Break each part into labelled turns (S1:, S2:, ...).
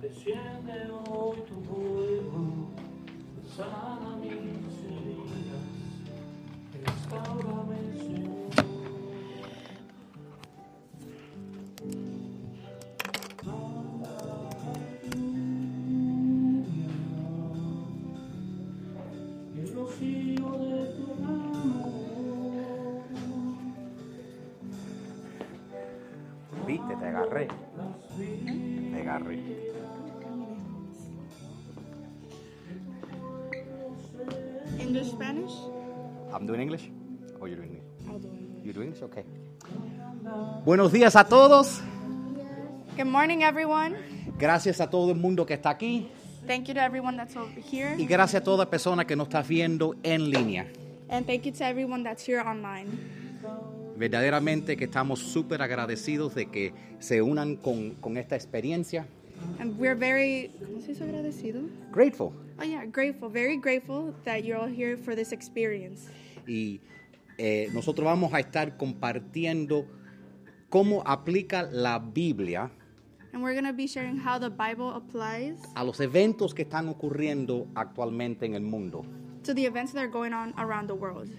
S1: Desciende hoy tu fuego, sana mis heridas, restaurame, Señor. El rocío de tu mano,
S2: Viste, te agarré.
S1: las vidas.
S2: Te agarré.
S3: English, Spanish?
S2: I'm doing English. Oh, you're doing English.
S3: I'll do English.
S2: You're doing English? Okay. Buenos días a todos.
S3: Good morning, everyone.
S2: Gracias a todo el mundo que está aquí
S3: Thank you to everyone that's over here.
S2: y gracias a toda persona que nos está viendo en línea.
S3: And thank you to everyone that's here online.
S2: Verdaderamente que estamos súper agradecidos de que se unan con, con esta experiencia.
S3: And we're very, ¿cómo se dice agradecido?
S2: Grateful.
S3: Oh, yeah, grateful. Very grateful that you're all here for this experience.
S2: Y eh, nosotros vamos a estar compartiendo cómo aplica la Biblia
S3: And we're going to be sharing how the Bible applies
S2: a los eventos que están ocurriendo actualmente en el mundo.
S3: to the events that are going on around the world.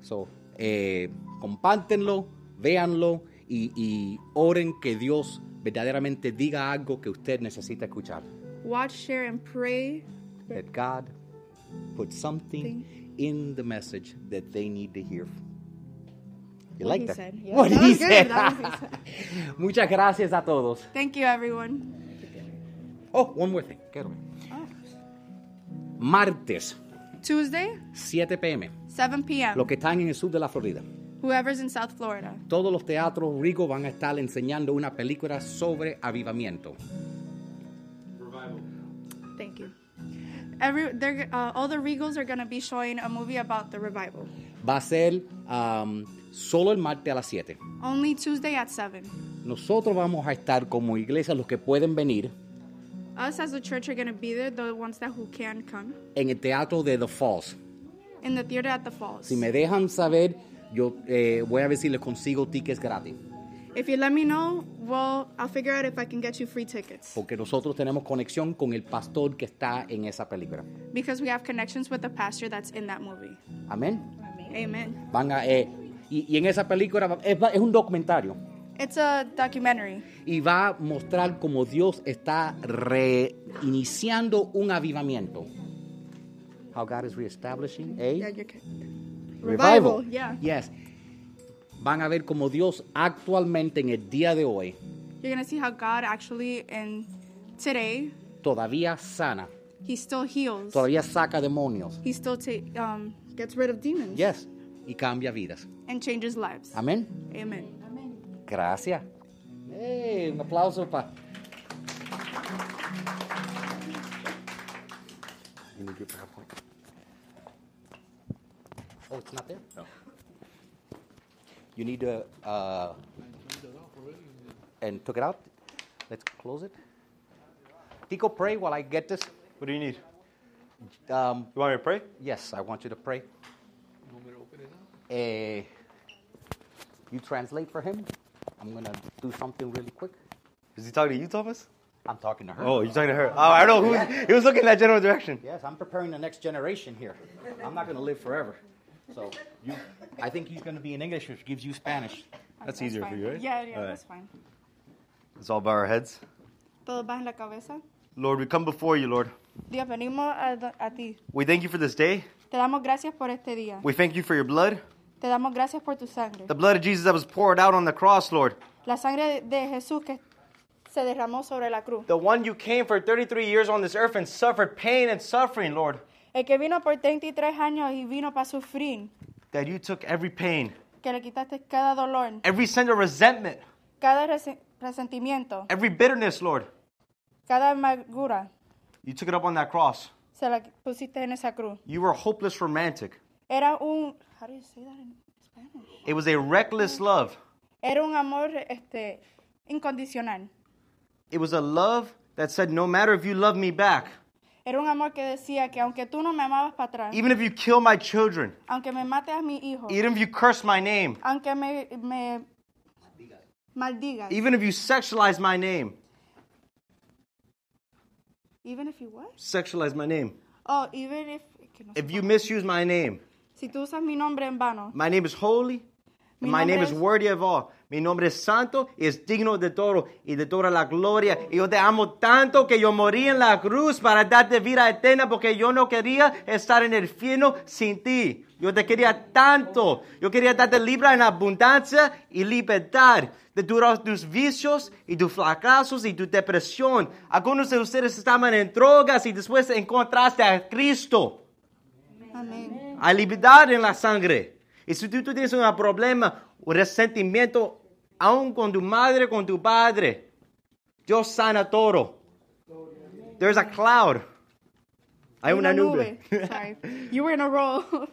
S2: So, eh, compártenlo, véanlo y, y oren que Dios verdaderamente diga algo que usted necesita escuchar.
S3: Watch, share, and pray
S2: That God put something in the message that they need to hear. You
S3: What
S2: like
S3: he
S2: that?
S3: said, yeah.
S2: What
S3: That
S2: he
S3: was good,
S2: said.
S3: that was good.
S2: Muchas gracias a todos.
S3: Thank you, everyone.
S2: Oh, one more thing. Quédame.
S3: Oh.
S2: Martes,
S3: Tuesday,
S2: 7 p.m.
S3: 7 p.m.
S2: Los que están en el sur de la Florida.
S3: Whoever's in South Florida,
S2: Todos los teatros Rigo van a estar enseñando una película sobre avivamiento.
S3: thank you. Every, they're, uh, all the Regals are going to be showing a movie about the revival.
S2: Va a ser um, solo el martes a las 7.
S3: Only Tuesday at 7.
S2: Nosotros vamos a estar como iglesia, los que pueden venir,
S3: Us as a church are going to be there, the ones that who can come,
S2: en el teatro de The Falls.
S3: in the theater at the Falls.
S2: Si me dejan saber, yo eh, voy a ver si les consigo tickets gratis.
S3: If you let me know, well, I'll figure out if I can get you free tickets
S2: Porque nosotros tenemos conexión con el pastor que está en esa película.
S3: because we have connections with the pastor that's in that movie.
S2: Amén.
S3: Amen.
S2: Van a, eh, y, y en esa película va- es, va- es un documentario.
S3: It's a documentary.
S2: Y va a mostrar cómo Dios está reiniciando un avivamiento. How God is reestablishing a
S3: Yeah, you're kidding.
S2: Revival.
S3: Yeah.
S2: Yes. Van a ver como Dios actualmente en el día de hoy
S3: You're going to see how God actually in today,
S2: todavía sana,
S3: he still heals.
S2: todavía saca demonios.
S3: He still ta- um, gets rid of demons
S2: Yes. Y cambia vidas.
S3: and changes lives.
S2: Ah. Amén.
S3: Amen.
S2: Gracias. Hey, un aplauso para. Oh, it's not there? No. You need to, uh, and took it out? Let's close it. Tico, pray while I get this.
S4: What do you need?
S2: Um,
S4: You want me to pray?
S2: yes, I want you to pray. Eh, you translate for him. I'm going to do something really quick.
S4: Is he talking to you, Thomas?
S2: I'm talking to her.
S4: Oh, you're talking to her. Oh, I know who. He was looking in that general direction.
S2: Yes, I'm preparing the next generation here. I'm not going to live forever. So you, I think he's going to be in English, which gives you Spanish.
S4: That's easier for
S3: fine.
S4: you, right?
S3: Yeah, yeah,
S4: All right.
S3: that's fine.
S4: Let's all bow our heads.
S3: Todo baja en la cabeza.
S4: Lord, we come before you, Lord.
S3: Dios, venimos a, a ti.
S4: We thank you for this day.
S3: Te damos gracias por este día.
S4: We thank you for your blood,
S3: Te damos gracias por tu sangre.
S4: the blood of Jesus that was poured out on the cross, Lord.
S3: La sangre de Jesús que se derramó sobre la cruz.
S4: The one you came for 33 years on this earth and suffered pain and suffering, Lord.
S3: El que vino por 33 años y vino para sufrir.
S4: That you took every pain,
S3: Que le quitaste cada dolor,
S4: every sin of resentment,
S3: cada rese- resentimiento,
S4: every bitterness, Lord.
S3: cada amargura.
S4: You took it up on that cross.
S3: Se la pusiste en esa cruz.
S4: You were a hopeless romantic.
S3: Era un... How do you say that in Spanish?
S4: It was a reckless love.
S3: Era un amor este, incondicional.
S4: It was a love that said, no matter if you love me back,
S3: Era un amor que decía que aunque tú no me amabas para atrás,
S4: even if you kill my children,
S3: aunque me mates a mi hijo,
S4: even if you curse my name,
S3: aunque me, me maldigas,
S4: even if you sexualize my name,
S3: Even if you what?
S4: Sexualize my name.
S3: Oh, even if. que no sé
S4: If you
S3: cómo.
S4: misuse my name,
S3: si tú usas mi nombre en vano.
S4: my name is holy.
S3: Mi
S4: my name
S3: nombre
S4: is
S3: es-
S4: worthy of all. Mi nombre es santo y es digno de todo y de toda la gloria. Y yo te amo tanto que yo morí en la cruz para darte vida eterna porque yo no quería estar en el infierno sin ti. Yo te quería tanto. Yo quería darte libre en abundancia y libertad de todos tus vicios y tus fracasos y tu depresión. Algunos de ustedes estaban en drogas y después encontraste a Cristo.
S3: Amén.
S4: Hay libertad en la sangre. Y si tú, tú tienes un um problema, un resentimiento, aún con tu madre, con tu padre, Dios sana todo. There's a cloud. Hay una nube.
S3: Sorry. You were in a roll.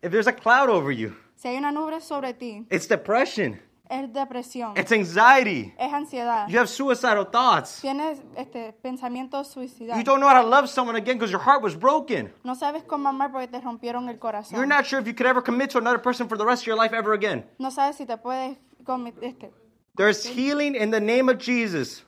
S4: If there's a cloud over you,
S3: si hay una nube sobre ti,
S4: it's depression.
S3: es depresión.
S4: It's anxiety.
S3: es ansiedad.
S4: You have suicidal thoughts.
S3: Tienes este, pensamientos suicidas.
S4: You don't know how to love someone again because your heart was broken.
S3: No sabes cómo amar porque te rompieron el corazón.
S4: You're not sure if you could ever commit to another person for the rest of your life ever again.
S3: no sabes si te puedes comi- este,
S4: There's healing in the name of Jesus.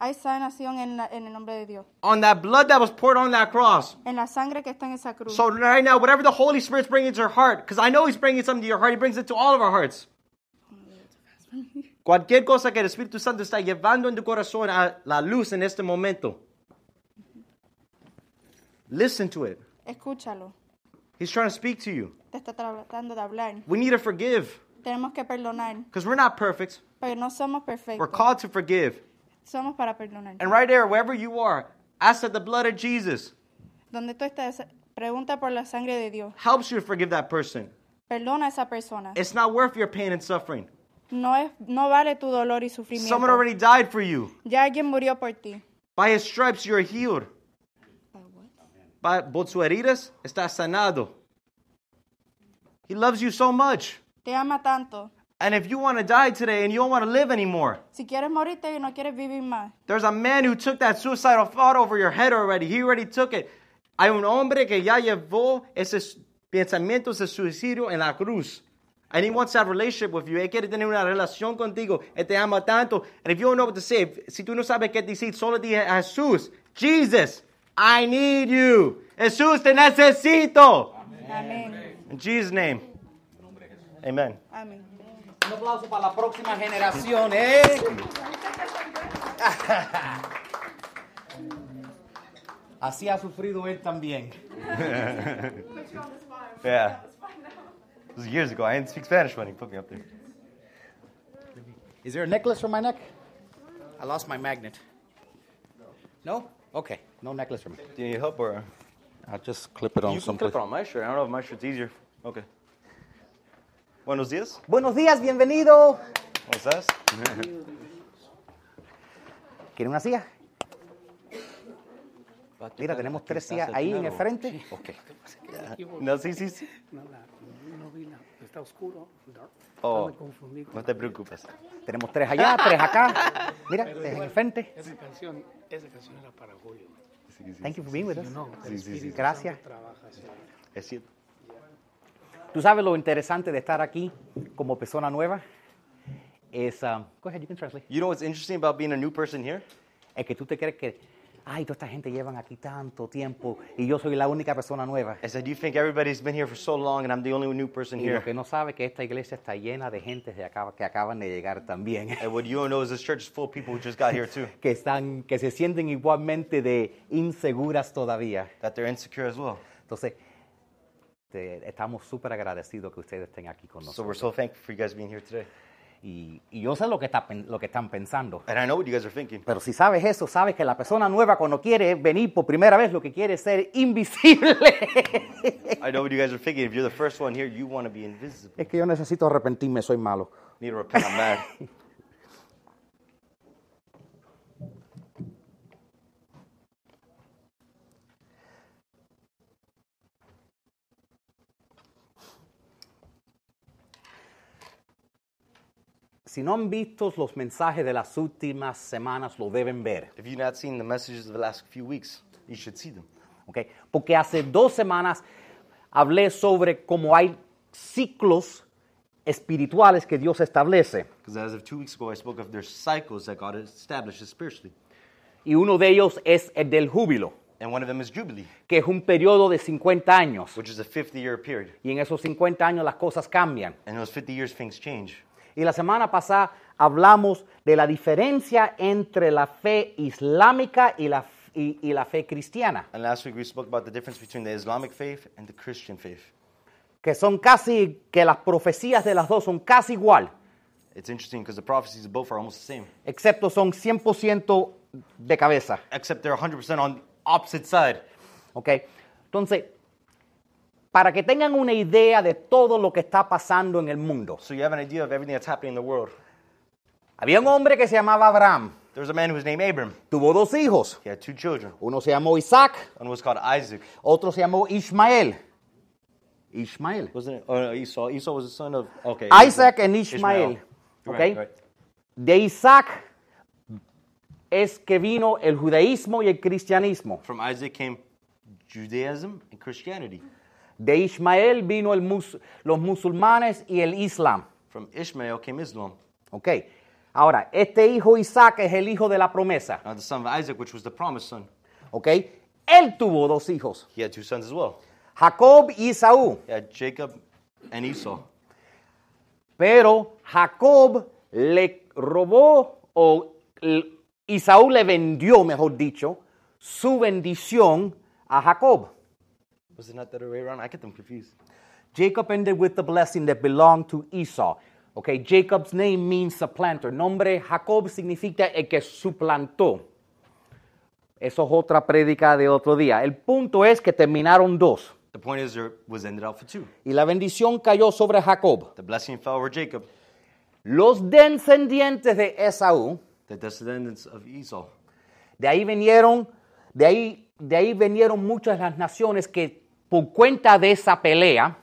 S3: hay sanación en, la- en el nombre de Dios.
S4: On that blood that was poured on that cross,
S3: En la sangre que está en esa cruz.
S4: So right now, whatever the Holy Spirit's bringing to your heart, because I know He's bringing something to your heart, He brings it to all of our hearts. Cualquier cosa que el Espíritu Santo está llevando en tu corazón a la luz en este momento, listen to it.
S3: Escúchalo.
S4: He's trying to speak to you.
S3: Te está tratando de hablar.
S4: We need to forgive
S3: Tenemos que perdonar,
S4: because we're not perfect.
S3: pero no somos
S4: We're
S3: perfectos.
S4: called to forgive.
S3: Somos para perdonar.
S4: And right there, wherever you are, ask that the blood of Jesus
S3: Donde tú estás, pregunta por la sangre de Dios.
S4: helps you to forgive that person.
S3: Perdona a esa persona.
S4: It's not worth your pain and suffering.
S3: No, es, no vale tu dolor y sufrimiento.
S4: Someone already died for you.
S3: Ya alguien murió por ti.
S4: By His stripes, you're healed. by, por sus heridas está sanado. He loves you so much.
S3: Te ama tanto.
S4: And if you want to die today and you don't want to live anymore,
S3: Si quieres morirte y no quieres vivir más,
S4: there's a man who took that suicidal thought over your head already. He already took it. Hay un hombre que ya llevó esos pensamientos de suicidio en la cruz. And he wants to have a relationship with you. Él quiere tener una relación contigo. Él te ama tanto. And if you don't know what to say, if- si tú no sabes qué decir, solo di a Jesús. Jesus, I need you. Jesús, te necesito.
S3: amén.
S4: In Jesus' name. Amen.
S3: Amén.
S2: Un aplauso para la próxima generación, ¿eh? Así ha sufrido él también.
S4: Yeah. This was years ago. I didn't speak Spanish when he put me up there.
S2: Is there a necklace for my neck? I lost my magnet. No? Okay, no necklace for me.
S4: Do you need help or?
S2: I'll just clip it on
S4: You can clip it on my shirt. I don't know if my shirt's easier. Okay. Buenos dias.
S2: Buenos días, bienvenido.
S4: What's that?
S2: ¿Quiere una silla? Mira, tenemos tres sillas ahí en el frente. Ok.
S4: No, sí, sí, sí.
S5: No, la- no vi nada. Está oscuro. dark. Ah,
S4: Oh,
S5: Me confundí con
S4: no te preocupes.
S2: Tenemos tres allá, tres acá. Mira, tres en el frente.
S5: esa canción. Esa canción era para Julio.
S2: Thank you for being with us.
S5: No,
S4: Sí,
S5: el
S4: sí, sí.
S5: Espíritu
S2: Gracias.
S5: Santo trabaja así.
S4: Es cierto.
S2: Tú sabes lo interesante de estar aquí como persona nueva es, um, go ahead, you can translate.
S4: You know what's interesting about being a new person here?
S2: Es que tú te crees que, ay, toda esta gente llevan aquí tanto tiempo y yo soy la única persona nueva.
S4: Is that you think everybody's been here for so long and I'm the only new person
S2: Y lo que
S4: here.
S2: no sabe que esta iglesia está llena de gente de acaba- que acaban de llegar también,
S4: And what you don't know is this church is full of people who just got here too.
S2: que están, que se sienten igualmente de inseguras todavía.
S4: That they're insecure as well.
S2: Entonces, te- estamos súper agradecidos que ustedes estén aquí con
S4: So
S2: nosotros.
S4: we're so thankful for you guys being here today.
S2: Y, y yo sé lo que, está pen- lo que están pensando.
S4: And I know what you guys are thinking.
S2: Pero si sabes eso, sabes que la persona nueva cuando quiere venir por primera vez lo que quiere es ser invisible.
S4: I know what you guys are thinking. If you're the first one here, you want to be invisible.
S2: Es que yo necesito arrepentirme, soy malo.
S4: Need to repent. I'm mad.
S2: Si no han visto los mensajes de las últimas semanas, lo deben ver.
S4: If you've not seen the messages of the last few weeks, you should see them.
S2: ¿ok? Porque hace dos semanas hablé sobre cómo hay ciclos espirituales que Dios establece.
S4: Because as of two weeks ago, I spoke of their cycles that God establishes spiritually.
S2: y uno de ellos es el del júbilo,
S4: and one of them is Jubilee,
S2: que es un periodo de 50 años.
S4: which is a 50 year period.
S2: Y en esos 50 años las cosas cambian.
S4: And in those 50 years, things change.
S2: Y la semana pasada hablamos de la diferencia entre la fe islámica y la, f- y- y la fe cristiana,
S4: And last week, we spoke about the difference between the Islamic faith and the Christian faith.
S2: que son casi, que las profecías de las dos son casi igual,
S4: It's interesting because the prophecies of both are almost the same,
S2: excepto son 100% de cabeza.
S4: except they're 100% on the opposite side.
S2: ¿Ok? Entonces, para que tengan una idea de todo lo que está pasando en el mundo,
S4: So you have an idea of everything that's happening in the world.
S2: había un hombre que se llamaba Abraham,
S4: There was a man who was named Abram.
S2: tuvo dos hijos,
S4: He had two children.
S2: uno se llamó Isaac,
S4: One was called Isaac,
S2: otro se llamó Ismael. Ismael.
S4: wasn't it? Or no, Esau. Esau was the son of okay.
S2: Isaac and Ishmael.
S4: Right,
S2: Okay?
S4: right.
S2: De Isaac es que vino el judaísmo y el cristianismo.
S4: From Isaac came Judaism and Christianity.
S2: De Ismael vino el mus- los musulmanes y el islam.
S4: From Ishmael came Islam.
S2: ¿Ok? Ahora, este hijo Isaac es el hijo de la promesa.
S4: Now the son of Isaac, which was the promised son,
S2: ¿ok? Él tuvo dos hijos,
S4: he had two sons as well.
S2: Jacob y Esaú,
S4: He had Jacob and Esau.
S2: pero Jacob le robó o l- Esaú le vendió, mejor dicho, su bendición a Jacob.
S4: Was it not the other way around? I get them confused.
S2: Jacob ended with the blessing that belonged to Esau. Okay, Jacob's name means supplanter. Nombre Jacob significa el que suplantó. Eso es otra prédica de otro día. El punto es que terminaron dos
S4: The point is, there was ended out for two.
S2: y la bendición cayó sobre Jacob.
S4: The blessing fell over Jacob,
S2: Los descendientes de Esaú,
S4: the descendants of Esau.
S2: de ahí vinieron, de ahí, de ahí vinieron muchas de las naciones que por cuenta de esa pelea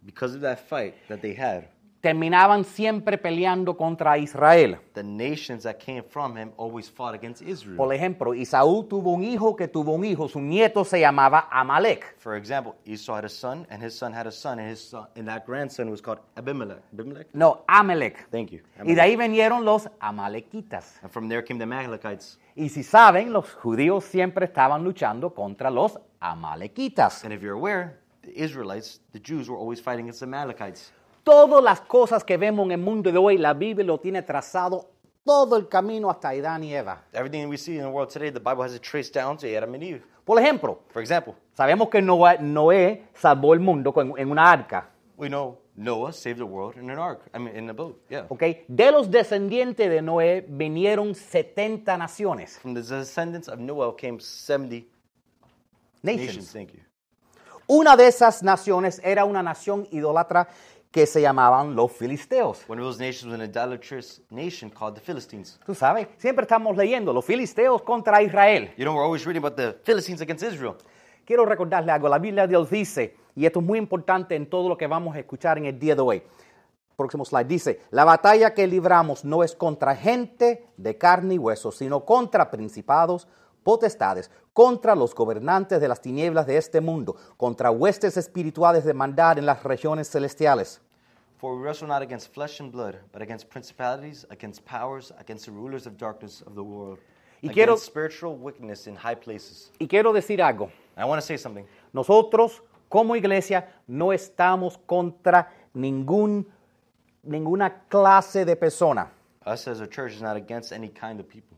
S4: Because of that fight that they had,
S2: terminaban siempre peleando contra Israel.
S4: the nations that came from him always fought against Israel.
S2: Por ejemplo, Esaú tuvo un hijo que tuvo un hijo, su nieto se llamaba Amalek.
S4: For example, Esau had a son, and his son had a son, and his son, and that grandson was called Abimelech. Abimelech.
S2: No, Amalek.
S4: Thank you.
S2: Y de ahí vinieron los amalequitas.
S4: And from there came the Amalekites.
S2: Y si saben, los judíos siempre estaban luchando contra los amalequitas.
S4: And if you're aware, the Israelites, the Jews, were always fighting against the Amalekites.
S2: Todas las cosas que vemos en el mundo de hoy, la Biblia lo tiene trazado todo el camino hasta Adán y Eva.
S4: Everything we see in the world today, the Bible has it traced down to Adam and Eve.
S2: Por ejemplo,
S4: For example,
S2: sabemos que Noé, Noé salvó el mundo con- en una arca.
S4: we know Noah saved the world in an ark. I mean, in a boat. Yeah.
S2: ¿ok? De los descendientes de Noé vinieron 70 naciones.
S4: From the descendants of Noah came 70
S2: Nations.
S4: nations. Thank you.
S2: Una de esas naciones era una nación idólatra que se llamaban los filisteos.
S4: One of those nations was an idolatrous nation called the Philistines.
S2: Tú sabes, siempre estamos leyendo los filisteos contra Israel.
S4: You know, we're always reading about the Philistines against Israel.
S2: Quiero recordarle algo. La Biblia de Dios dice, y esto es muy importante en todo lo que vamos a escuchar en el día de hoy. Próximo slide dice, la batalla que libramos no es contra gente de carne y hueso, sino contra principados, potestades, contra los gobernantes de las tinieblas de este mundo, contra huestes espirituales de maldad en las regiones celestiales.
S4: For we wrestle not against flesh and blood, but against principalities, against powers, against the rulers of darkness of the world,
S2: Y
S4: against
S2: quiero-
S4: spiritual wickedness in high places.
S2: Y quiero decir algo,
S4: And I want to say something.
S2: nosotros como iglesia no estamos contra ningún, ninguna clase de persona.
S4: Us as a church is not against any kind of people.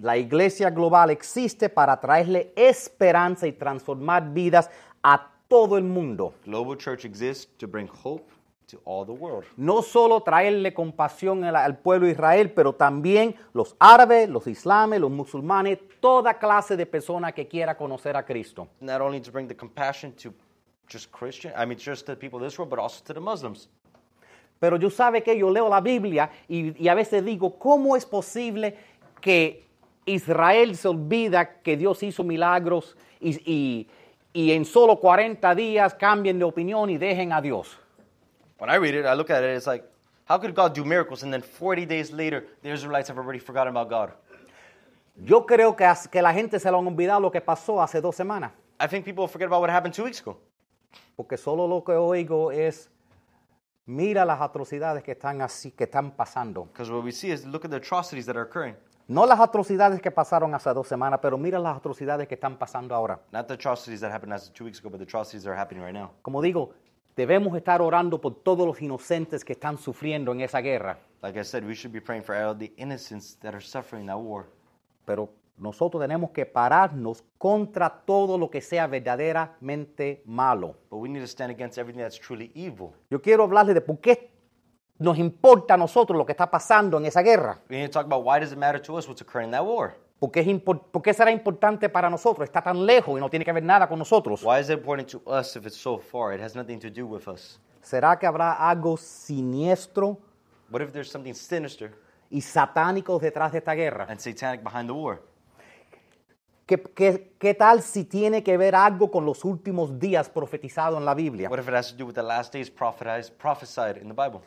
S2: La iglesia global existe para traerle esperanza y transformar vidas a todo el mundo.
S4: Global church exists to bring hope to all the world.
S2: No solo traerle compasión al, al pueblo de Israel, pero también los árabes, los islames, los musulmanes, toda clase de persona que quiera conocer a Cristo.
S4: Not only to bring the compassion to just Christian, I mean, just the people of this world, but also to the Muslims.
S2: Pero yo sabe que yo leo la Biblia y, y a veces digo, ¿cómo es posible que Israel se olvida que Dios hizo milagros y, y- y en solo 40 días cambien de opinión y dejen a Dios?
S4: When I read it, I look at it, it's like, how could God do miracles and then 40 days later, the Israelites have already forgotten about God?
S2: Yo creo que, as- que la gente se lo han olvidado lo que pasó hace dos semanas,
S4: I think people forget about what happened two weeks ago.
S2: porque solo lo que oigo es, mira las atrocidades que están así, que están pasando.
S4: Because what we see is look at the atrocities that are occurring.
S2: No las atrocidades que pasaron hace dos semanas, pero mira las atrocidades que están pasando ahora.
S4: Not the atrocities that happened as of two weeks ago, but the atrocities that are happening right now.
S2: Como digo, debemos estar orando por todos los inocentes que están sufriendo en esa guerra,
S4: Like I said, we should be praying for all the innocents that are suffering that war.
S2: pero nosotros tenemos que pararnos contra todo lo que sea verdaderamente malo.
S4: But we need to stand against everything that's truly evil.
S2: Yo quiero hablarles de por qué nos importa a nosotros lo que está pasando en esa guerra.
S4: We need to talk about why does it matter to us what's occurring in that war?
S2: ¿Por qué, es impor- por qué será importante para nosotros? Está tan lejos y no tiene que ver nada con nosotros.
S4: Why is it important to us if it's so far? It has nothing to do with us.
S2: ¿Será que habrá algo siniestro
S4: What if there's something sinister
S2: y satánico detrás de esta guerra?
S4: and satanic behind the war?
S2: ¿Qué, qué- qué tal si tiene que ver algo con los últimos días profetizado en la Biblia?
S4: What if it has to do with the last days prophetized, prophesied in the Bible?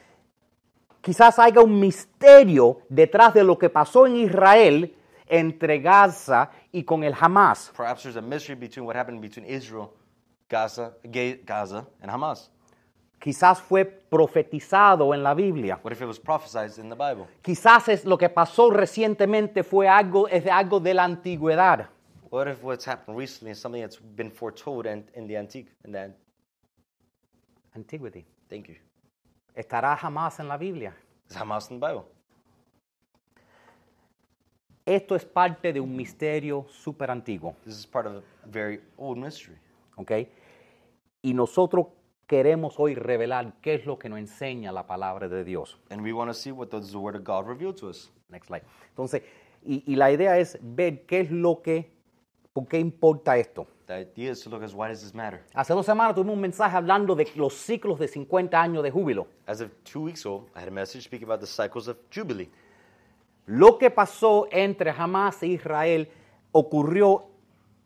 S2: Quizás haya un misterio detrás de lo que pasó en Israel entre Gaza y con el Hamas.
S4: Perhaps there's a mystery between what happened between Israel, Gaza, Ga- Gaza, and Hamas.
S2: Quizás fue profetizado en la Biblia.
S4: What if it was prophesied in the Bible?
S2: Quizás es lo que pasó recientemente fue algo, es de algo de la antigüedad.
S4: What if what's happened recently is something that's been foretold in, in the antique? And then,
S2: Antigüedad.
S4: thank you.
S2: ¿Estará jamás en la Biblia?
S4: Is Hamas in the Bible?
S2: Esto es parte de un misterio súper antiguo,
S4: This is part of a very old mystery.
S2: ¿ok? Y nosotros queremos hoy revelar qué es lo que nos enseña la palabra de Dios.
S4: And we want to see what does the Word of God reveal to us.
S2: Next slide. Entonces, y, y la idea es ver qué es lo que, por qué importa esto.
S4: The idea is to look at why does this matter?
S2: Hace dos semanas tuvimos un mensaje hablando de los ciclos de 50 años de júbilo.
S4: As of two weeks ago, I had a message speaking about the cycles of Jubilee.
S2: Lo que pasó entre Hamas e Israel ocurrió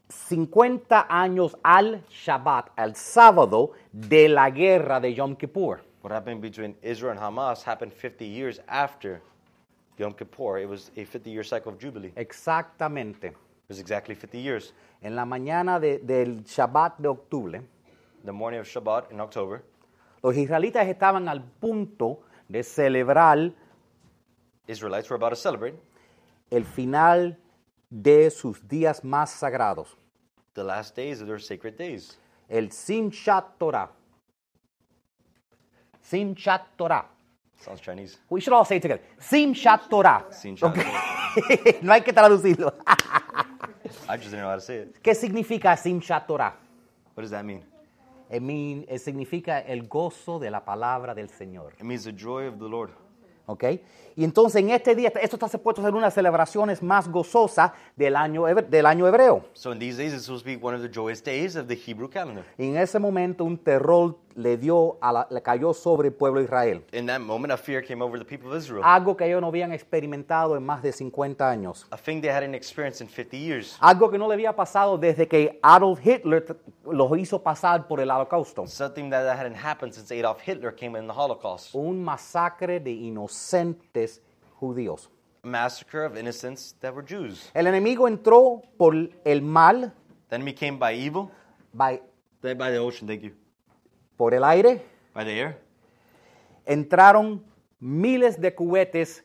S2: 50 años al Shabbat, al sábado de la guerra de Yom Kippur.
S4: What happened between Israel and Hamas happened 50 years after Yom Kippur. It was a 50 year cycle of Jubilee. It
S2: Exactamente.
S4: was exactly 50 years.
S2: En la mañana de- del Shabbat de octubre,
S4: The morning of Shabbat in October,
S2: los israelitas estaban al punto de celebrar
S4: Israelites were about to celebrate
S2: el final de sus días más sagrados,
S4: the last days of their sacred days,
S2: el Simchat Torah. Simchat Torah.
S4: Sounds Chinese.
S2: We should all say it together. Simchat Torah.
S4: Seen Chinese.
S2: no hay que traducirlo.
S4: I just didn't know how to say it.
S2: ¿Qué significa Simchat Torah?
S4: What does that mean?
S2: It mean- it significa el gozo de la palabra del Señor.
S4: It means the joy of the Lord.
S2: ¿Ok? Y entonces en este día, esto está supuesto a ser una de las celebraciones más gozosas del año, hebre- del año hebreo.
S4: So in these days, it's supposed to be one of the joyous days of the Hebrew calendar.
S2: Y en ese momento un terror le dio, a la- le cayó sobre el pueblo de Israel.
S4: In that moment, a fear came over the people of Israel,
S2: Algo que ellos no habían experimentado en más de 50 años.
S4: a thing they hadn't experienced in 50 years.
S2: Algo que no le había pasado desde que Adolf Hitler t- los hizo pasar por el holocausto.
S4: Something that hadn't happened since Adolf Hitler came in the Holocaust.
S2: Un masacre de inocentes judíos.
S4: A massacre of innocents that were Jews.
S2: El enemigo entró por el mal,
S4: The enemy came by evil,
S2: by-
S4: by by the ocean, thank you,
S2: por el aire.
S4: by the air.
S2: Entraron miles de cohetes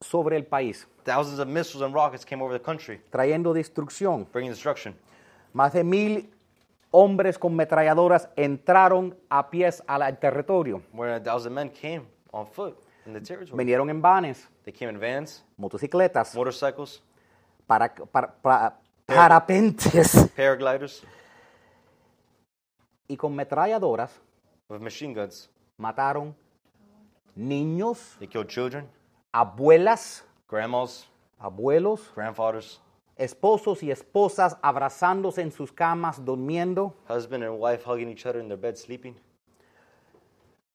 S2: sobre el país,
S4: Thousands of missiles and rockets came over the country,
S2: trayendo destrucción.
S4: bringing destruction.
S2: Más de mil hombres con metralladoras entraron a pies al al territorio.
S4: More than a thousand men came on foot in the territory.
S2: Vinieron en vanes,
S4: They came in vans,
S2: motocicletas,
S4: motorcycles,
S2: para, para- para- parapentes
S4: paragliders,
S2: y con metralladoras
S4: with machine guns.
S2: mataron niños,
S4: They killed children,
S2: abuelas,
S4: grandmas,
S2: abuelos,
S4: grandfathers,
S2: esposos y esposas abrazándose en sus camas, durmiendo.
S4: husband and wife hugging each other in their bed sleeping.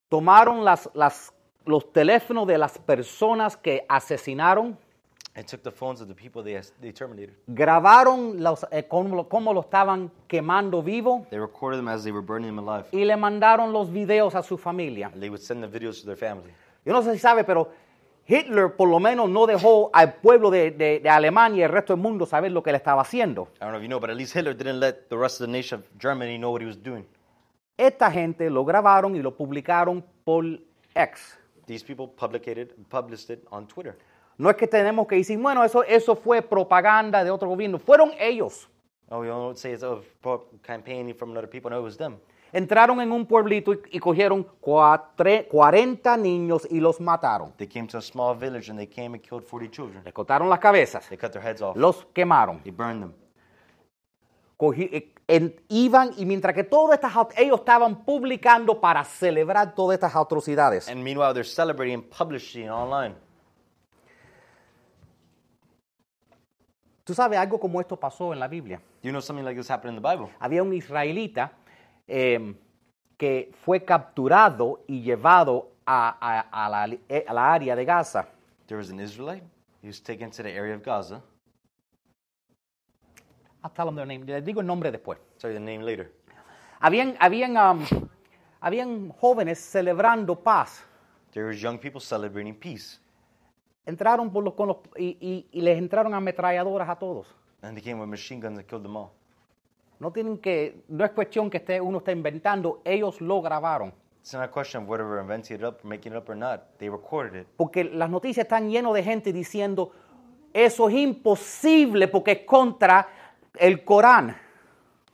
S2: Tomaron las- las- los teléfonos de las personas que asesinaron,
S4: And took the phones of the people they, they terminated.
S2: grabaron los, eh, cómo, lo- cómo lo estaban quemando vivo
S4: They recorded them as they were burning them alive.
S2: y le mandaron los videos a su familia.
S4: And they would send the videos to their family.
S2: Yo no sé si sabe, pero Hitler por lo menos no dejó al pueblo de, de- de Alemania y el resto del mundo saber lo que le estaba haciendo.
S4: I don't know if you know, but at least Hitler didn't let the rest of the nation of Germany know what he was doing.
S2: Esta gente lo grabaron y lo publicaron por X.
S4: These people publicated, published it on Twitter.
S2: No es que tenemos que decir, bueno, eso, eso fue propaganda de otro gobierno. Fueron ellos.
S4: Oh, we don't say it's oh, pro- campaigning from another people. No, it was them.
S2: Entraron en un pueblito y, y cogieron cuatre- 40 niños y los mataron.
S4: They came to a small village and they came and killed 40 children.
S2: Les cortaron las cabezas,
S4: They cut their heads off.
S2: los quemaron.
S4: They burned them.
S2: Cogi- eh, en- iban y mientras que todas estas, aut- ellos estaban publicando para celebrar todas estas atrocidades.
S4: And meanwhile, they're celebrating and publishing online.
S2: Tú sabes algo como esto pasó en la Biblia.
S4: Do you know something like this happened in the Bible?
S2: Había un israelita eh, que fue capturado y llevado a, a- a la, eh, a la área de Gaza.
S4: There was an Israelite. He was taken to the area of Gaza.
S2: I'll tell them their name. Les digo el nombre después.
S4: Tell you the name later.
S2: Habían, habían, um, habían jóvenes celebrando paz.
S4: There was young people celebrating peace.
S2: Entraron por los, con los- y, y- y les entraron ametralladoras a todos.
S4: And they came with machine guns and killed them all.
S2: No tienen que, no es cuestión que esté, uno esté inventando, ellos lo grabaron.
S4: It's not a question of whether we're inventing it up, making it up or not. They recorded it.
S2: Porque las noticias están llenas de gente diciendo, eso es imposible porque es contra el Corán.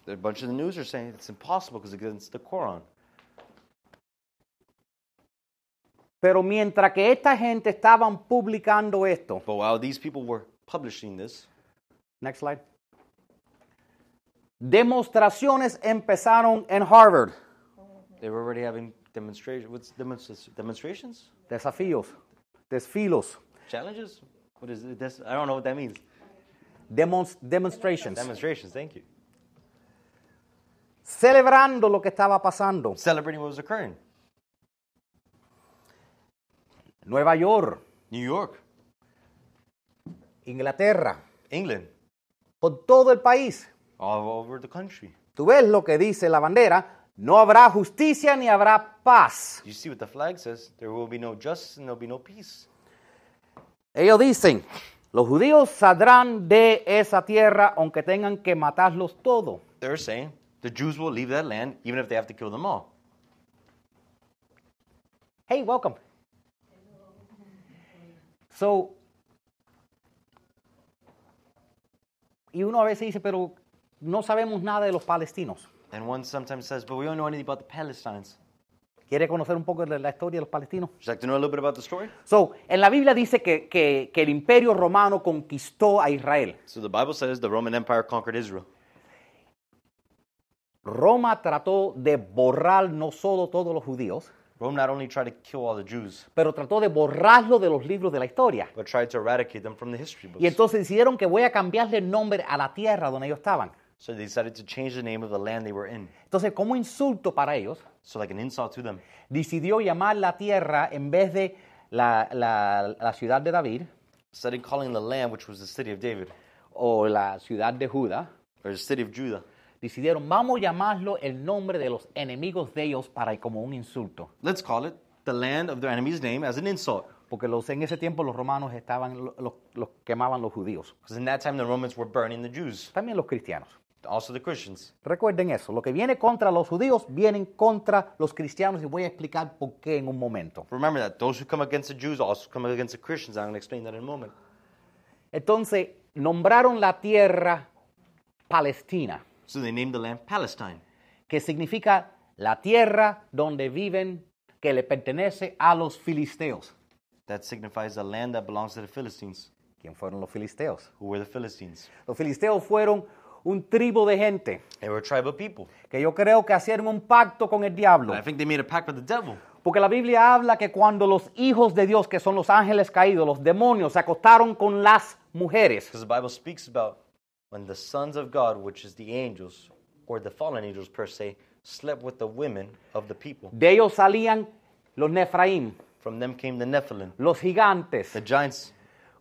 S4: A bunch of the news are saying it's impossible because it's against the Quran.
S2: Pero mientras que esta gente estaban publicando esto,
S4: But while these people were publishing this,
S2: next slide. Demostraciones empezaron en Harvard,
S4: they were already having demonstrations. What's demonstra- demonstrations?
S2: desafíos, desfilos,
S4: Challenges? What is it? That's, I don't know what that means.
S2: demons- demonstrations,
S4: Demonstrations. Thank you.
S2: celebrando lo que estaba pasando.
S4: Celebrating what was occurring.
S2: Nueva York,
S4: New York,
S2: Inglaterra,
S4: England,
S2: por todo el país.
S4: all over the country.
S2: Tú ves lo que dice la bandera, no habrá justicia ni habrá paz.
S4: You see what the flag says? There will be no justice and there'll be no peace.
S2: Ellos dicen, los judíos saldrán de esa tierra aunque tengan que matarlos todo.
S4: They're saying the Jews will leave that land even if they have to kill them all.
S2: Hey, welcome. So, y uno a veces dice, pero no sabemos nada de los palestinos.
S4: And one sometimes says, but we don't know anything about the Palestinians.
S2: ¿Quiere conocer un poco de la historia de los palestinos?
S4: Would you like to know a little bit about the story?
S2: So, en la Biblia dice que, que- que el imperio romano conquistó a Israel.
S4: So the Bible says the Roman Empire conquered Israel.
S2: Roma trató de borrar no solo todos los judíos,
S4: Rome not only tried to kill all the Jews,
S2: pero trató de borrarlo de los libros de la historia.
S4: but tried to eradicate them from the history books.
S2: Y entonces decidieron que voy a cambiarle el nombre a la tierra donde ellos estaban.
S4: so they decided to change the name of the land they were in.
S2: Entonces, como insulto para ellos,
S4: So like an insult to them.
S2: decidió llamar la tierra en vez de la, la- la ciudad de David
S4: Instead of calling the land, which was the city of David,
S2: o la ciudad de Judá,
S4: or the city of Judah,
S2: decidieron vamos a llamarlo el nombre de los enemigos de ellos para como un insulto.
S4: let's call it the land of their enemy's name as an insult.
S2: Porque los, en ese tiempo los romanos estaban, lo- los, los quemaban los judíos,
S4: Because in that time the Romans were burning the Jews,
S2: también los cristianos.
S4: also the Christians.
S2: Recuerden eso, lo que viene contra los judíos vienen contra los cristianos y voy a explicar por qué en un momento.
S4: Remember that those who come against the Jews also come against the Christians. I'm going to explain that in a moment.
S2: Entonces, nombraron la tierra Palestina.
S4: So they named the land Palestine,
S2: que significa la tierra donde viven, que le pertenece a los filisteos.
S4: that signifies the land that belongs to the Philistines.
S2: ¿Quién fueron los filisteos?
S4: Who were the Philistines?
S2: Los filisteos fueron un tribu de gente
S4: They were a tribe of people.
S2: que yo creo que hicieron un pacto con el diablo.
S4: And I think they made a pact with the devil.
S2: Porque la Biblia habla que cuando los hijos de Dios, que son los ángeles caídos, los demonios, se acostaron con las mujeres,
S4: Because the Bible speaks about when the sons of God, which is the angels, or the fallen angels per se, slept with the women of the people.
S2: de ellos salían los nefraín,
S4: From them came the Nephilim,
S2: los gigantes.
S4: the giants.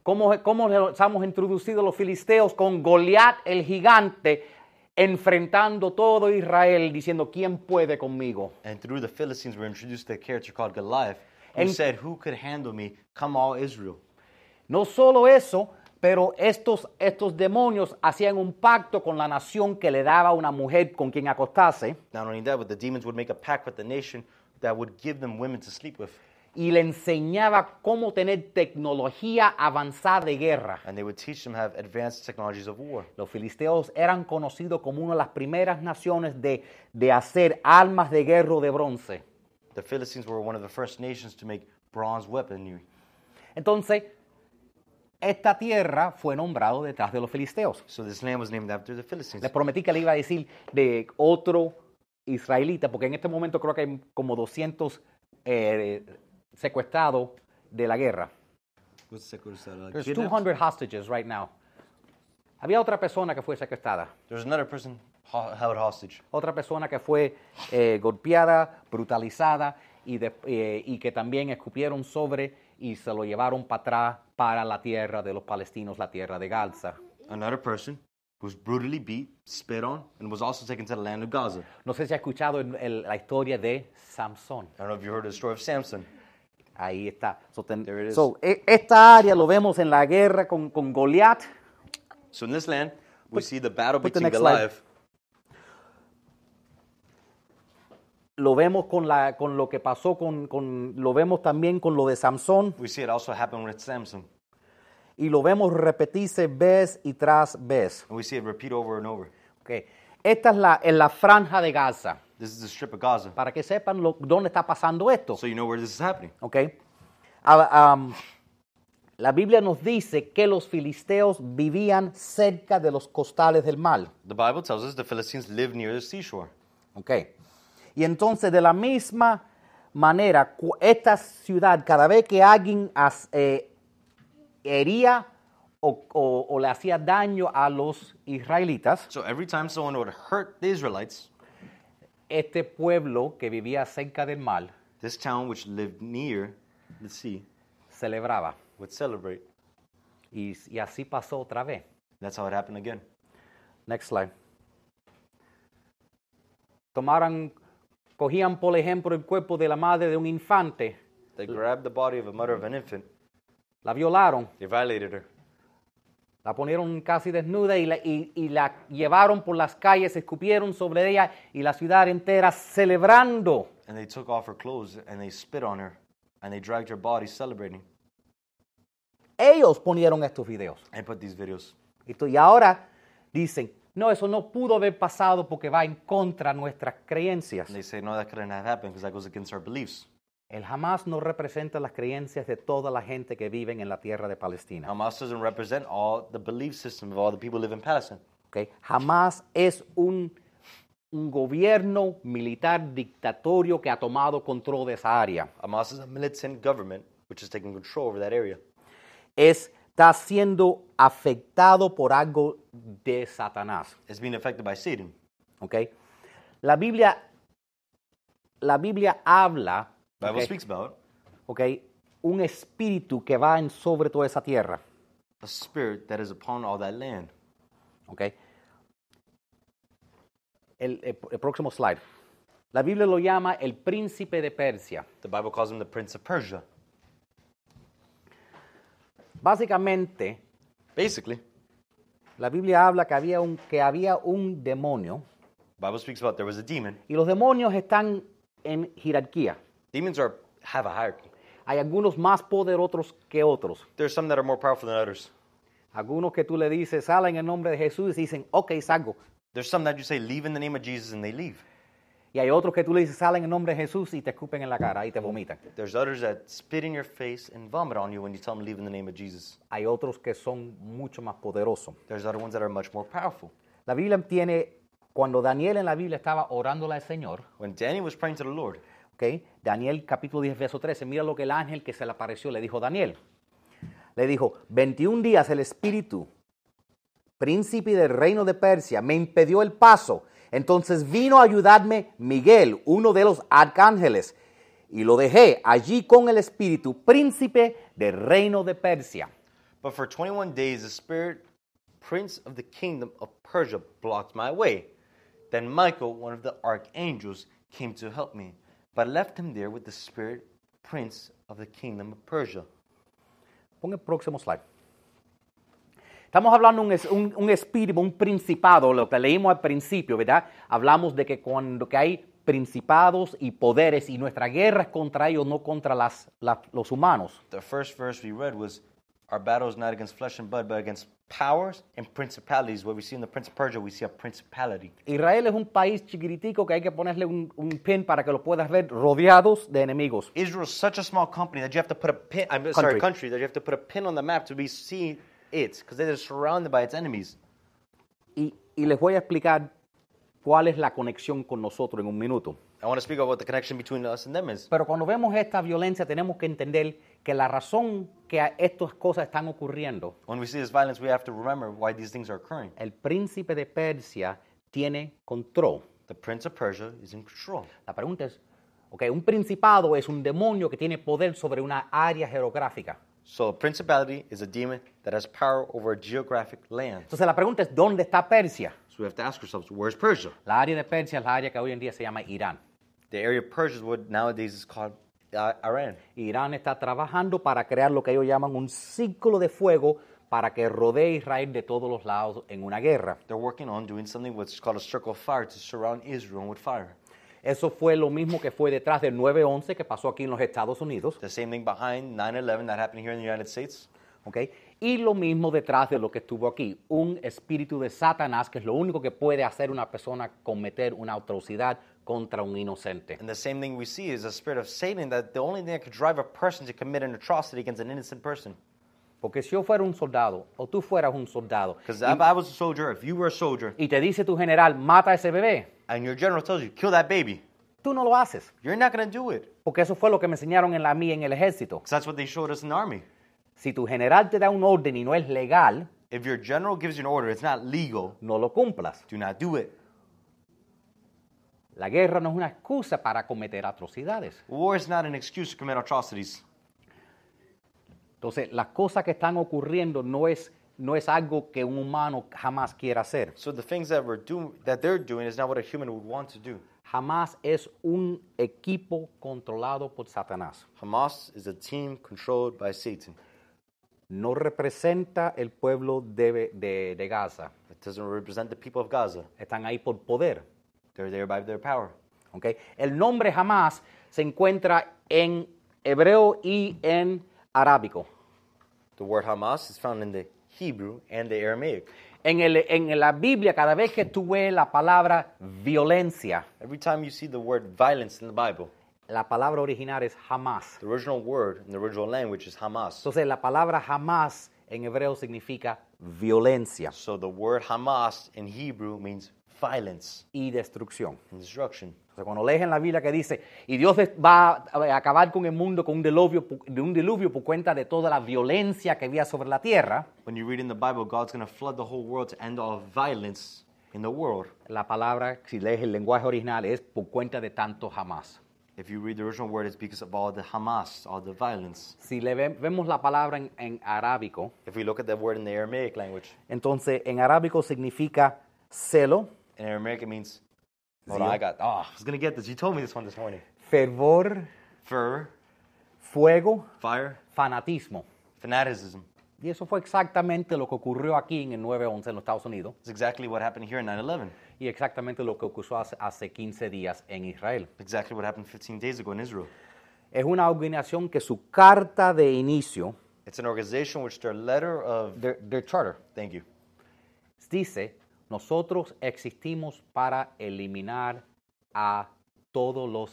S2: ¿Cómo, cómo nos hemos introducido los filisteos con Goliat el gigante, enfrentando todo Israel, diciendo, ¿quién puede conmigo?
S4: And through the Philistines were introduced to a character called Goliath, who
S2: And-
S4: said, Who could handle me? Come all Israel.
S2: No solo eso, pero estos, estos demonios hacían un pacto con la nación que le daba una mujer con quien acostarse,
S4: Not only that, but the demons would make a pact with the nation that would give them women to sleep with.
S2: y le enseñaba cómo tener tecnología avanzada de guerra.
S4: and they would teach them have advanced technologies of war.
S2: Los filisteos eran conocidos como una de las primeras naciones de, de hacer armas de guerra de bronce.
S4: The Philistines were one of the first nations to make bronze weaponry.
S2: Entonces, esta tierra fue nombrado detrás de los filisteos.
S4: So this land was named after the Philistines.
S2: Les prometí que le iba a decir de otro israelita, porque en este momento creo que hay como 200 eh, secuestrados de la guerra.
S4: What's the secret side? Like
S2: There's
S4: kidnapped?
S2: 200 hostages right now. Había otra persona que fue secuestrada,
S4: There's another person ho- held hostage.
S2: otra persona que fue eh, golpeada, brutalizada y, de- eh, y que también escupieron sobre y se lo llevaron para atrás para la tierra de los palestinos, la tierra de Gaza.
S4: Another person who was brutally beat, spit on, and was also taken to the land of Gaza.
S2: No sé si ha escuchado el- el- la historia de Samson.
S4: I don't know if you heard the story of Samson.
S2: Ahí está. So, ten-
S4: There it is.
S2: so, e- esta área lo vemos en la guerra con, con Goliat.
S4: So in this land, we see the battle
S2: put the
S4: between
S2: next slide.
S4: Goliath.
S2: Lo vemos con, la, con lo que pasó, con, con, lo vemos también con lo de Samson.
S4: We see it also happen with Samson.
S2: y lo vemos repetirse vez y tras vez.
S4: And we see it repeat over and over.
S2: Ok. Esta es la, en la franja de Gaza,
S4: This is the strip of Gaza.
S2: para que sepan lo- dónde está pasando esto.
S4: So you know where this is happening.
S2: Ok. Ah, am, la Biblia nos dice que los filisteos vivían cerca de los costales del mar.
S4: The Bible tells us the Philistines lived near the seashore.
S2: Ok. Y entonces, de la misma manera, cu- esta ciudad, cada vez que alguien as- eh, hería o- o- o le hacía daño a los israelitas,
S4: So every time someone would hurt the Israelites,
S2: este pueblo que vivía cerca del mar
S4: this town which lived near the sea
S2: celebraba.
S4: would celebrate.
S2: Y, y así pasó otra vez.
S4: That's how it happened again.
S2: Next slide. Tomaran, cogían por ejemplo el cuerpo de la madre de un infante,
S4: They grabbed the body of a mother of an infant.
S2: la violaron,
S4: They violated her.
S2: la ponieron casi desnuda y la, y- y la llevaron por las calles, escupieron sobre ella y la ciudad entera celebrando.
S4: And they took off her clothes and they spit on her. And they dragged her body celebrating.
S2: Ellos ponieron estos videos.
S4: And put these videos.
S2: Esto- Y ahora dicen, no, eso no pudo haber pasado porque va en contra de nuestras creencias.
S4: And they say, no, that couldn't have happened because that goes against our beliefs.
S2: El Hamas no representa las creencias de toda la gente que vive en la tierra de Palestina.
S4: Hamas doesn't represent all the belief system of all the people who live in Palestine.
S2: ¿ok? Hamas es un, un gobierno militar dictatorio que ha tomado control de esa área.
S4: Hamas is a militant government which is taking control over that area.
S2: Es- está siendo afectado por algo de Satanás.
S4: It's being affected by Satan.
S2: ¿ok? La, Biblia, la Biblia habla
S4: Bible
S2: ¿ok?
S4: speaks about
S2: ¿ok? un espíritu que va en sobre toda esa tierra.
S4: a spirit that is upon all that land.
S2: ¿ok? El, el- el próximo slide. La Biblia lo llama el príncipe de Persia.
S4: The Bible calls him the prince of Persia.
S2: Básicamente,
S4: Basically, the
S2: la Biblia habla que había un, que había un demonio
S4: Bible speaks about there was a demon.
S2: y los demonios están en jerarquía.
S4: Demons are have a hierarchy.
S2: Hay algunos más poderosos que otros.
S4: There's some that are more powerful than others.
S2: Algunos que tú le dices, salen en el nombre de Jesús y dicen, ok, salgo.
S4: There's some that you say, leave in the name of Jesus, and they leave.
S2: Y hay otros que tú le dices, salen en el nombre de Jesús y te escupen en la cara y te vomitan.
S4: There's others that spit in your face and vomit on you when you tell them, leave in the name of Jesus.
S2: Hay otros que son mucho más poderosos.
S4: There's other ones that are much more powerful.
S2: La Biblia tiene, cuando Daniel en la Biblia estaba orándole al Señor,
S4: When Daniel was praying to the Lord,
S2: ¿ok? Daniel capítulo 10, verso 13, mira lo que el ángel que se le apareció le dijo a Daniel. Le dijo, 21 días el espíritu, príncipe del reino de Persia, me impidió el paso. Entonces vino a ayudarme Miguel, uno de los arcángeles, y lo dejé allí con el espíritu, príncipe del reino de Persia.
S4: But for 21 days, the spirit prince of the kingdom of Persia blocked my way. Then Michael, one of the archangels, came to help me, but I left him there with the spirit prince of the kingdom of Persia.
S2: Pon el próximo slide. Estamos hablando de un, es- un- un espíritu, un principado, lo que leímos al principio, ¿verdad? Hablamos de que cuando que hay principados y poderes, y nuestra guerra es contra ellos, no contra las- las- los humanos.
S4: The first verse we read was, Our battle is not against flesh and blood, but against powers and principalities. What we see in the Prince of Persia, we see a principality.
S2: Israel es un país chiquitico que hay que ponerle un, un pin para que lo puedas ver rodeados de enemigos.
S4: Israel's such a small company that you have to put a pin, I'm sorry, country, that you have to put a pin on the map to be see it, because they're surrounded by its enemies.
S2: Y, y les voy a explicar cuál es la conexión con nosotros en un minuto.
S4: I want to speak about what the connection between us and them is.
S2: Pero cuando vemos esta violencia tenemos que entender que la razón que a- estas cosas están ocurriendo,
S4: When we see this violence, we have to remember why these things are occurring.
S2: el príncipe de Persia tiene control.
S4: The Prince of Persia is in control.
S2: La pregunta es, ok, un principado es un demonio que tiene poder sobre una área geográfica.
S4: So a principality is a demon that has power over a geographic land.
S2: Entonces la pregunta es, ¿dónde está Persia?
S4: So we have to ask ourselves, where's Persia?
S2: La área de Persia es la área que hoy en día se llama Irán.
S4: The area of Persia is what nowadays is called uh, Iran.
S2: Irán está trabajando para crear lo que ellos llaman un círculo de fuego para que rodee a Israel de todos los lados en una guerra.
S4: They're working on doing something what's called a circle of fire to surround Israel with fire.
S2: Eso fue lo mismo que fue detrás del 9-11 que pasó aquí en los Estados Unidos,
S4: The same thing behind 9-11 that happened here in the United States.
S2: ¿ok? Y lo mismo detrás de lo que estuvo aquí, un espíritu de Satanás que es lo único que puede hacer una persona cometer una atrocidad contra un inocente.
S4: And the same thing we see is the spirit of Satan that the only thing that could drive a person to commit an atrocity against an innocent person.
S2: Porque si yo fuera un soldado o tú fueras un soldado
S4: Because if I was a soldier, if you were a soldier,
S2: y te dice tu general, mata a ese bebé,
S4: and your general tells you, kill that baby,
S2: tú no lo haces.
S4: you're not going to do it.
S2: Porque eso fue lo que me enseñaron en la mía en el ejército.
S4: Because that's what they showed us in the army.
S2: Si tu general te da un orden y no es legal,
S4: If your general gives you an order, it's not legal.
S2: no lo cumplas.
S4: Do not do it.
S2: La guerra no es una excusa para cometer atrocidades.
S4: War is not an excuse to commit atrocities.
S2: Entonces, las cosas que están ocurriendo no es, no es algo que un humano jamás quiera hacer.
S4: So the things that we're doing, that they're doing, is not what a human would want to do.
S2: Jamás es un equipo controlado por Satanás.
S4: Hamas is a team controlled by Satan.
S2: No representa el pueblo de, de- de Gaza.
S4: It doesn't represent the people of Gaza.
S2: Están ahí por poder.
S4: They're there by their power.
S2: ¿ok? El nombre jamás se encuentra en hebreo y en arábico.
S4: The word Hamas is found in the Hebrew and the Aramaic.
S2: En, el- en la Biblia, cada vez que tú ves la palabra violencia,
S4: Every time you see the word violence in the Bible,
S2: la palabra original es jamás.
S4: the original word in the original language is Hamas.
S2: Entonces, la palabra jamás en hebreo significa violencia
S4: So the word Hamas in Hebrew means violence
S2: y destrucción.
S4: and destruction.
S2: Entonces, cuando lees en la Biblia que dice, y Dios des- va a acabar con el mundo con un diluvio, pu- de un diluvio por cuenta de toda la violencia que había sobre la tierra,
S4: When you read in the Bible, God's going to flood the whole world to end all violence in the world.
S2: la palabra, si lees el lenguaje original, es por cuenta de tanto jamás.
S4: If you read the original word, it's because of all the Hamas, all the violence.
S2: Si le ve- vemos la palabra en- en arábico,
S4: If we look at that word in the Aramaic language,
S2: entonces en arábico significa celo,
S4: in Aramaic it means. Hold on, I got. Oh, I was gonna get this. You told me this one this morning.
S2: fervor,
S4: Fervor,
S2: fuego,
S4: fire,
S2: fanatismo.
S4: fanaticism.
S2: Y eso fue exactamente lo que ocurrió aquí en el 9-11 en los Estados Unidos
S4: It's exactly what happened here in 9/11.
S2: y exactamente lo que ocurrió hace, hace 15 días en Israel.
S4: Exactly what happened 15 days ago in Israel.
S2: Es una organización que su carta de inicio,
S4: It's an organization which their letter of
S2: their, their charter,
S4: thank you.
S2: dice, nosotros existimos para eliminar a todos los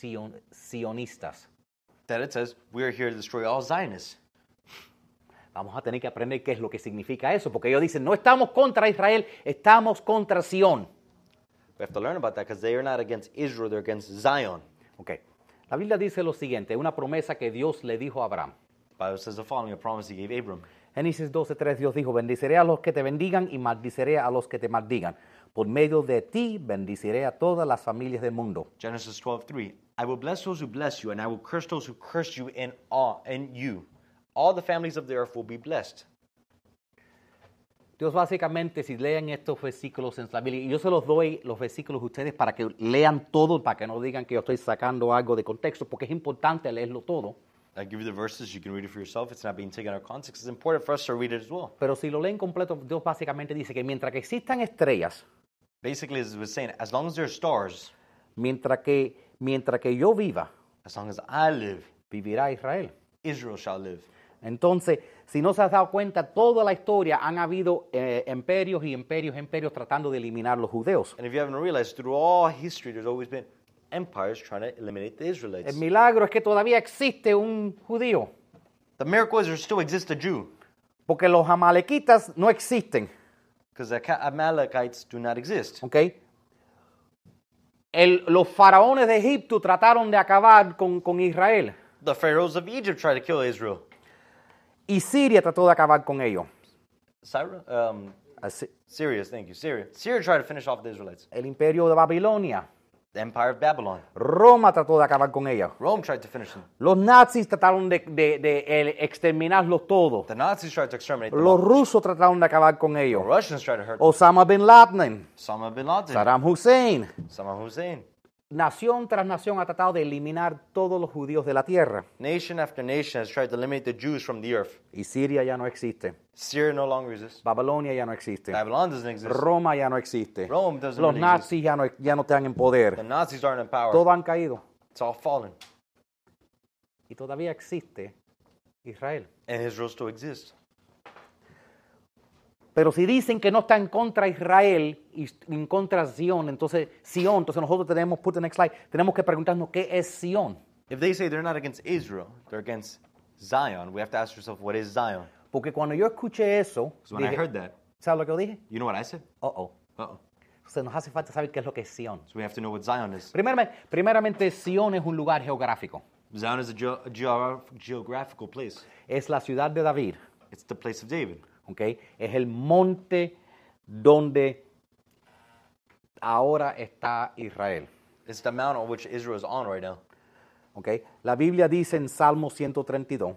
S2: sion- sionistas.
S4: That it says we are here to destroy all Zionists.
S2: Vamos a tener que aprender qué es lo que significa eso, porque ellos dicen, no estamos contra Israel, estamos contra Sion.
S4: We have to learn about that because they are not against Israel; they're against Zion.
S2: Ok. La Biblia dice lo siguiente, una promesa que Dios le dijo a Abraham.
S4: The Bible says the following: a promise He gave Abram.
S2: Génesis 12:3 Dios dijo, bendiciré a los que te bendigan y maldiciré a los que te maldigan. Por medio de ti bendiciré a todas las familias del mundo.
S4: Genesis 12:3. I will bless those who bless you, and I will curse those who curse you in all in you. All the families of the earth will be blessed.
S2: Dios básicamente, si leen estos versículos en la Biblia, y yo se los doy los versículos a ustedes para que lean todo, para que no digan que yo estoy sacando algo de contexto, porque es importante leerlo todo.
S4: I give you the verses, you can read it for yourself. It's not being taken out of context. It's important for us to read it as well.
S2: Pero si lo leen completo, Dios básicamente dice que mientras que existan estrellas,
S4: Basically, as it was saying, as long as there are stars,
S2: mientras que, mientras que yo viva,
S4: As long as I live,
S2: vivirá Israel.
S4: Israel shall live.
S2: Entonces, si no se has dado cuenta, toda la historia han habido eh, imperios y imperios, imperios tratando de eliminar los judeos.
S4: And if you haven't realized, through all history, there's always been empires trying to eliminate the Israelites.
S2: El milagro es que todavía existe un judío,
S4: The miracle is there still exists a Jew,
S2: porque los amalequitas no existen,
S4: because the Aca- Amalekites do not exist.
S2: ¿ok? El- los faraones de Egipto trataron de acabar con, con Israel
S4: The pharaohs of Egypt tried to kill Israel.
S2: y Siria trató de acabar con ellos.
S4: Syria, um,
S2: Así-
S4: Syria, thank you, Syria. Syria tried to finish off the Israelites.
S2: El imperio de Babilonia,
S4: The Empire of Babylon.
S2: Roma trató de acabar con ellos.
S4: Rome tried to finish them.
S2: Los nazis trataron de, de- de, eh, exterminarlos todos.
S4: The Nazis tried to exterminate them.
S2: Los
S4: all.
S2: rusos trataron de acabar con
S4: The
S2: ellos.
S4: Russians tried to hurt them.
S2: Osama bin Laden,
S4: Osama bin Laden,
S2: Saddam Hussein.
S4: Saddam Hussein.
S2: Nación tras nación ha tratado de eliminar todos los judíos de la tierra.
S4: Nation after nation has tried to eliminate the Jews from the earth.
S2: Y Siria ya no existe.
S4: Syria no longer exists.
S2: Babilonia ya no existe.
S4: Babylon doesn't exist.
S2: Roma ya no existe.
S4: Rome doesn't
S2: Los
S4: really
S2: nazis ya no, ya no están en
S4: The
S2: poder.
S4: Nazis aren't in power.
S2: Todos han caído.
S4: It's all fallen.
S2: Y todavía existe Israel.
S4: And Israel still exists.
S2: Pero si dicen que no está en contra de Israel y en contra de Sion, entonces Sion, entonces nosotros tenemos, put the next slide, tenemos que preguntarnos qué es Sion.
S4: If they say they're not against Israel, they're against Zion, we have to ask ourselves, what is Zion?
S2: Porque cuando yo escuché eso,
S4: Because when I
S2: dije-
S4: heard that,
S2: ¿sabes lo que yo dije?
S4: you know what I said?
S2: Oh, oh.
S4: Uh-oh.
S2: Entonces nos hace falta saber qué es lo que es Sion.
S4: So we have to know what Zion is.
S2: Primeramente, primeramente, Sion es un lugar geográfico.
S4: Zion is a, geo- a geograph- geographical place.
S2: Es la ciudad de David,
S4: It's the place of David.
S2: ¿ok? Es el monte donde ahora está Israel,
S4: It's the mountain on which Israel is on right now.
S2: ¿ok? La Biblia dice en Salmo 132,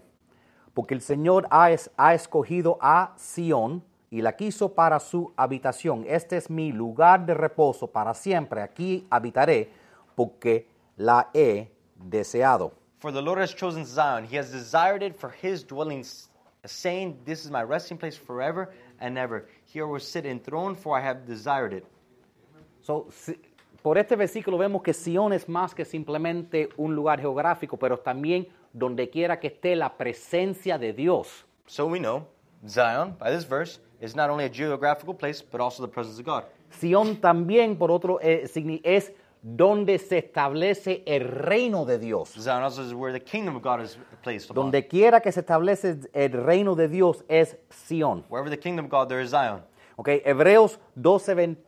S2: porque el Señor ha, es- ha escogido a Sion y la quiso para su habitación. Este es mi lugar de reposo para siempre. Aquí habitaré porque la he deseado.
S4: For the Lord has chosen Zion. He has desired it for his dwelling, s- saying, This is my resting place forever and ever. Here will sit enthroned, for I have desired it.
S2: So, si- por este versículo vemos que Sion es más que simplemente un lugar geográfico, pero también donde quiera que esté la presencia de Dios.
S4: So we know Zion, by this verse, is not only a geographical place, but also the presence of God.
S2: Sion también, por otro, eh, signi- es donde se establece el reino de Dios.
S4: Zion also is where the kingdom of God is placed. upon.
S2: Donde quiera que se establece el reino de Dios es Sion.
S4: Wherever the kingdom of God, there is Zion.
S2: ¿ok? Hebreos 12, 20,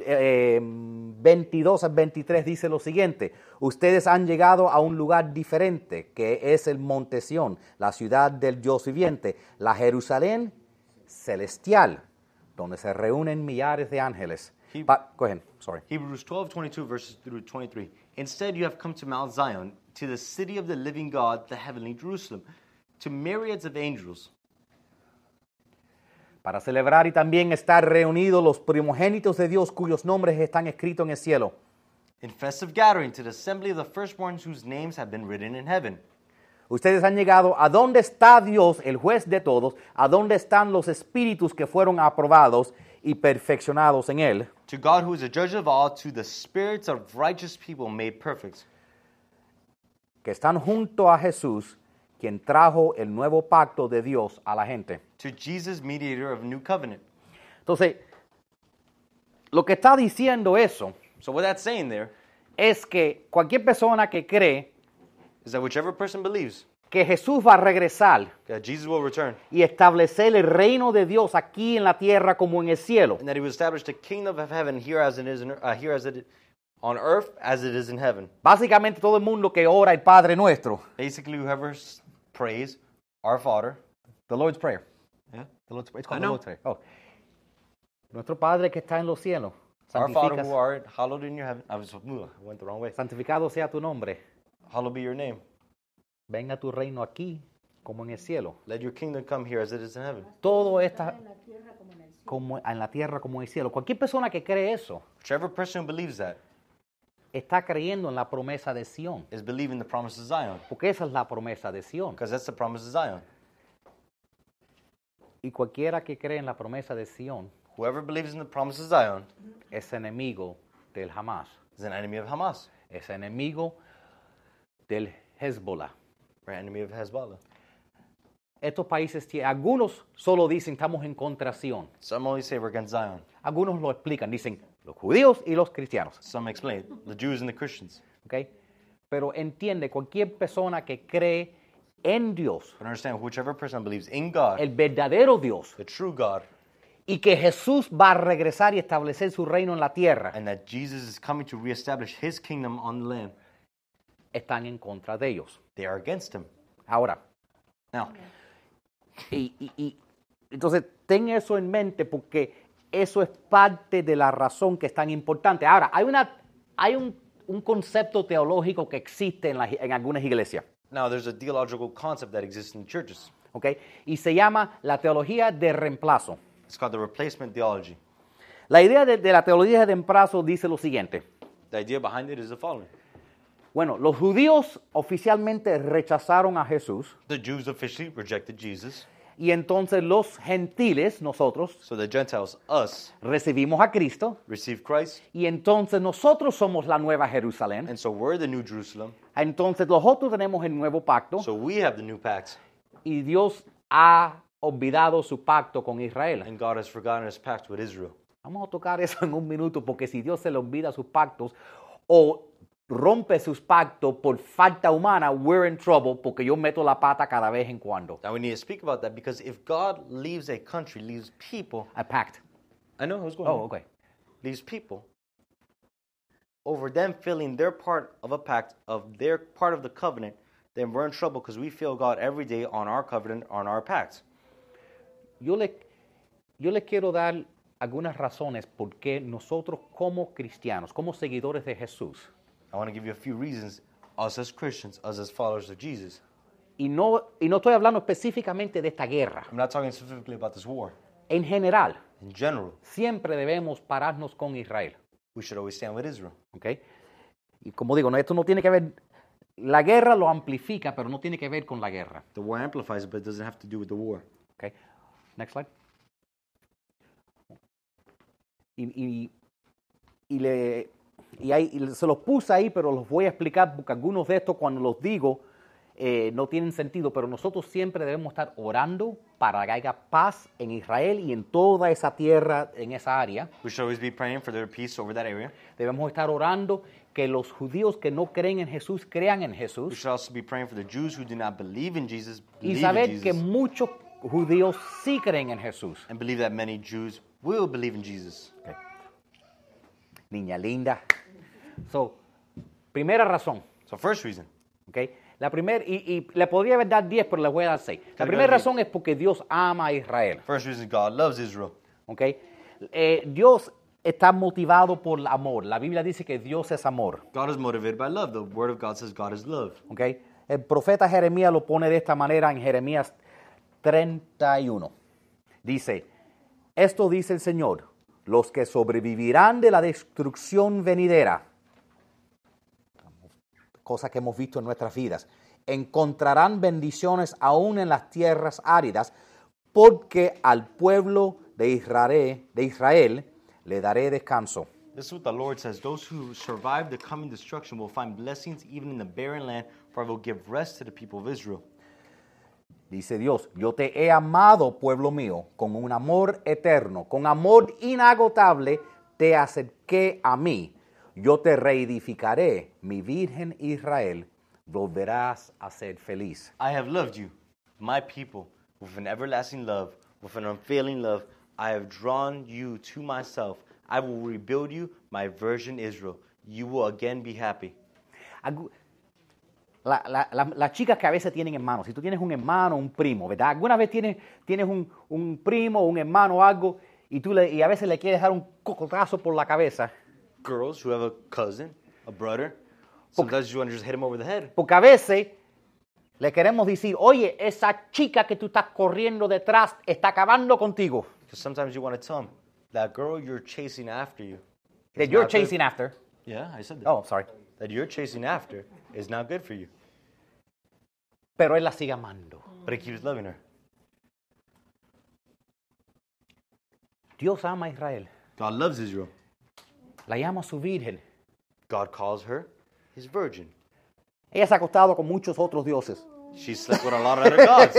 S2: eh, 22 al 23 dice lo siguiente, ustedes han llegado a un lugar diferente, que es el monte Sión, la ciudad del Dios viviente, la Jerusalén celestial, donde se reúnen millares de ángeles.
S4: He-
S2: Pa- go ahead, sorry.
S4: Hebrews 12, 22, verses through 23. Instead, you have come to Mount Zion, to the city of the living God, the heavenly Jerusalem, to myriads of angels.
S2: Para celebrar y también estar reunidos los primogénitos de Dios cuyos nombres están escritos en el cielo.
S4: in festive gathering to the assembly of the firstborns whose names have been written in heaven.
S2: Ustedes han llegado a donde está Dios, el juez de todos, a donde están los espíritus que fueron aprobados y perfeccionados en Él.
S4: To God, who is a judge of all, to the spirits of righteous people made perfect,
S2: que están junto a Jesús, quien trajo el nuevo pacto de Dios a la gente.
S4: to Jesus, mediator of new covenant.
S2: Entonces, lo que está diciendo eso
S4: So, what that's saying there
S2: es que cualquier persona que cree
S4: is that whichever person believes
S2: que Jesús va a regresar
S4: that Jesus will return
S2: y establecer el reino de Dios aquí en la tierra como en el cielo,
S4: and that he will establish the kingdom of heaven here as it is in, uh, here as it on earth as it is in heaven.
S2: básicamente todo el mundo que ora el Padre nuestro,
S4: Basically, whoever s- prays our Father,
S2: the Lord's Prayer,
S4: yeah, the Lord's Prayer. It's
S2: I
S4: called the
S2: know.
S4: Lord's Prayer.
S2: Oh. Nuestro Padre que está en los cielos,
S4: Our Father
S2: santificas-
S4: who art hallowed in your heaven. I was ugh, I went the wrong way.
S2: santificado sea tu nombre.
S4: Hallowed be your name.
S2: Venga tu reino aquí como en el cielo.
S4: Let your kingdom come here as it is in heaven.
S2: Todo está como en la tierra como en el cielo. Cualquier persona que cree eso
S4: Whichever person who believes that
S2: está creyendo en la promesa de Sión,
S4: is believing the promise of Zion,
S2: porque esa es la promesa de Sión.
S4: because that's the promise of Zion.
S2: Y cualquiera que cree en la promesa de Sión
S4: Whoever believes in the promise of Zion
S2: es enemigo del Hamas.
S4: is an enemy of Hamas.
S2: es enemigo del Hezbollah.
S4: We're enemy of Hezbollah.
S2: Estos países, tie- algunos solo dicen estamos en contra Sion.
S4: Some only say we're against Zion.
S2: Algunos lo explican, dicen los judíos y los cristianos.
S4: Some explain the Jews and the Christians.
S2: ¿ok? Pero entiende, cualquier persona que cree en Dios,
S4: But understand, whichever person believes in God,
S2: el verdadero Dios,
S4: the true God,
S2: y que Jesús va a regresar y establecer su reino en la tierra,
S4: and that Jesus is coming to reestablish his kingdom on the land,
S2: están en contra de ellos.
S4: they are against him.
S2: Ahora,
S4: Now,
S2: y, y- y- entonces ten eso en mente porque eso es parte de la razón que es tan importante. Ahora, hay, una, hay un, un concepto teológico que existe en, las- en algunas iglesias,
S4: now there's a theological concept that exists in churches.
S2: ¿ok? Y se llama la teología de reemplazo.
S4: It's called the replacement theology.
S2: La idea de, de la teología de reemplazo dice lo siguiente.
S4: The idea behind it is the following.
S2: Bueno, los judíos oficialmente rechazaron a Jesús
S4: The Jews officially rejected Jesus,
S2: y entonces los gentiles, nosotros,
S4: so the Gentiles, us,
S2: recibimos a Cristo
S4: received Christ,
S2: y entonces nosotros somos la nueva Jerusalén.
S4: and so we're the new Jerusalem.
S2: Entonces nosotros tenemos el nuevo pacto
S4: So we have the new pact,
S2: y Dios ha olvidado su pacto con Israel.
S4: and God has forgotten his pact with Israel.
S2: Vamos a tocar eso en un minuto porque si Dios se le olvida sus pactos o rompe sus pactos por falta humana, we're in trouble porque yo meto la pata cada vez en cuando.
S4: Now we need to speak about that because if God leaves a country, leaves people,
S2: A pact.
S4: I know who's going.
S2: Oh,
S4: Oh,
S2: okay.
S4: Leaves people over them feeling their part of a pact of their part of the covenant, then we're in trouble because we fail God every day on our covenant, on our pact.
S2: yo le, yo le quiero dar algunas razones por qué nosotros como cristianos, como seguidores de Jesús,
S4: I want to give you a few reasons. Us as Christians, us as followers of Jesus.
S2: y no, y no estoy hablando específicamente de esta guerra,
S4: I'm not talking specifically about this war.
S2: en general,
S4: In general,
S2: siempre debemos pararnos con Israel.
S4: we should always stand with Israel.
S2: ¿ok? Y como digo, no, esto no tiene que ver, la guerra lo amplifica, pero no tiene que ver con la guerra.
S4: The war amplifies it, but it doesn't have to do with the war.
S2: Okay. Next slide. Y, y- y le, y ahí- y se los puse ahí, pero los voy a explicar porque algunos de estos cuando los digo eh, no tienen sentido, pero nosotros siempre debemos estar orando para que haya paz en Israel y en toda esa tierra, en esa área.
S4: We should always be praying for their peace over that area.
S2: Debemos estar orando que los judíos que no creen en Jesús crean en
S4: We
S2: Jesús
S4: should also be praying for the Jews who do not believe in Jesus,
S2: y
S4: believe in
S2: saber
S4: Jesus,
S2: que muchos judíos sí creen en Jesús.
S4: and believe that many Jews will believe in Jesus.
S2: Niña linda. So, primera razón,
S4: So first reason,
S2: ¿ok? La primera, y, y le podría haber dado 10, pero le voy a dar 6. La
S4: Claro,
S2: primera
S4: claro.
S2: razón es porque Dios ama a Israel,
S4: first reason God loves Israel.
S2: ¿ok? Eh, Dios está motivado por el amor. La Biblia dice que Dios es amor,
S4: God is motivated by love. The Word of God says God is love.
S2: ¿ok? El profeta Jeremías lo pone de esta manera en Jeremías 31. Dice, esto dice el Señor, los que sobrevivirán de la destrucción venidera. cosas que hemos visto en nuestras vidas. Encontrarán bendiciones aún en las tierras áridas, porque al pueblo de Israel, de Israel le daré descanso.
S4: This is what the Lord says: Those who survive the coming destruction will find blessings even in the barren land, for I will give rest to the people of Israel.
S2: Dice Dios, yo te he amado, pueblo mío, con un amor eterno, con amor inagotable, te acerqué a mí. Yo te reedificaré, mi Virgen Israel, volverás a ser feliz.
S4: I have loved you, my people, with an everlasting love, with an unfailing love. I have drawn you to myself. I will rebuild you, my virgin Israel. You will again be happy.
S2: Algu- la- la- la- las chicas que a veces tienen hermanos, si tú tienes un hermano, un primo, ¿verdad? Alguna vez tienes, tienes un, un primo, un hermano o algo, y, tú le- y a veces le quieres dar un cocotazo por la cabeza,
S4: Girls who have a cousin, a brother, sometimes you want to just hit him over the head.
S2: porque a veces le queremos decir, oye, esa chica que tú estás corriendo detrás está acabando contigo.
S4: Because sometimes you want to tell him, that girl you're chasing after you.
S2: That
S4: is
S2: you're
S4: not good-
S2: chasing after.
S4: Yeah, I said that.
S2: Oh, sorry.
S4: That you're chasing after is not good for you.
S2: Pero él la sigue amando.
S4: But he keeps loving her.
S2: Dios ama a Israel.
S4: God loves Israel.
S2: La llama su virgen.
S4: God calls her He's virgin.
S2: Ella se ha acostado con muchos otros dioses.
S4: She slept with a lot of other gods.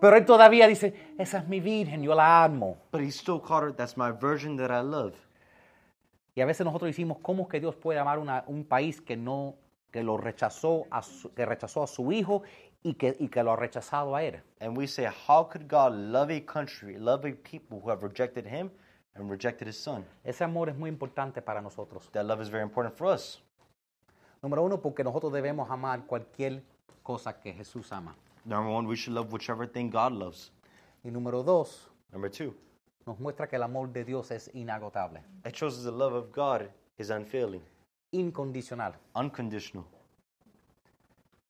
S2: Pero él todavía dice, esa es mi virgen, yo la amo.
S4: But he still called her, that's my virgin that I love.
S2: Y a veces nosotros decimos, ¿cómo es que Dios puede amar una- un país que no, que lo rechazó, a su, que rechazó a su hijo y que, y que lo ha rechazado a él?
S4: And we say, how could God love a country, love a people who have rejected him and rejected his son?
S2: Ese amor es muy importante para nosotros.
S4: That love is very important for us.
S2: Número uno, porque nosotros debemos amar cualquier cosa que Jesús ama.
S4: Number one, we should love whichever thing God loves.
S2: Y número dos,
S4: Number two,
S2: nos muestra que el amor de Dios es inagotable,
S4: it shows us the love of God is unfailing,
S2: incondicional.
S4: unconditional.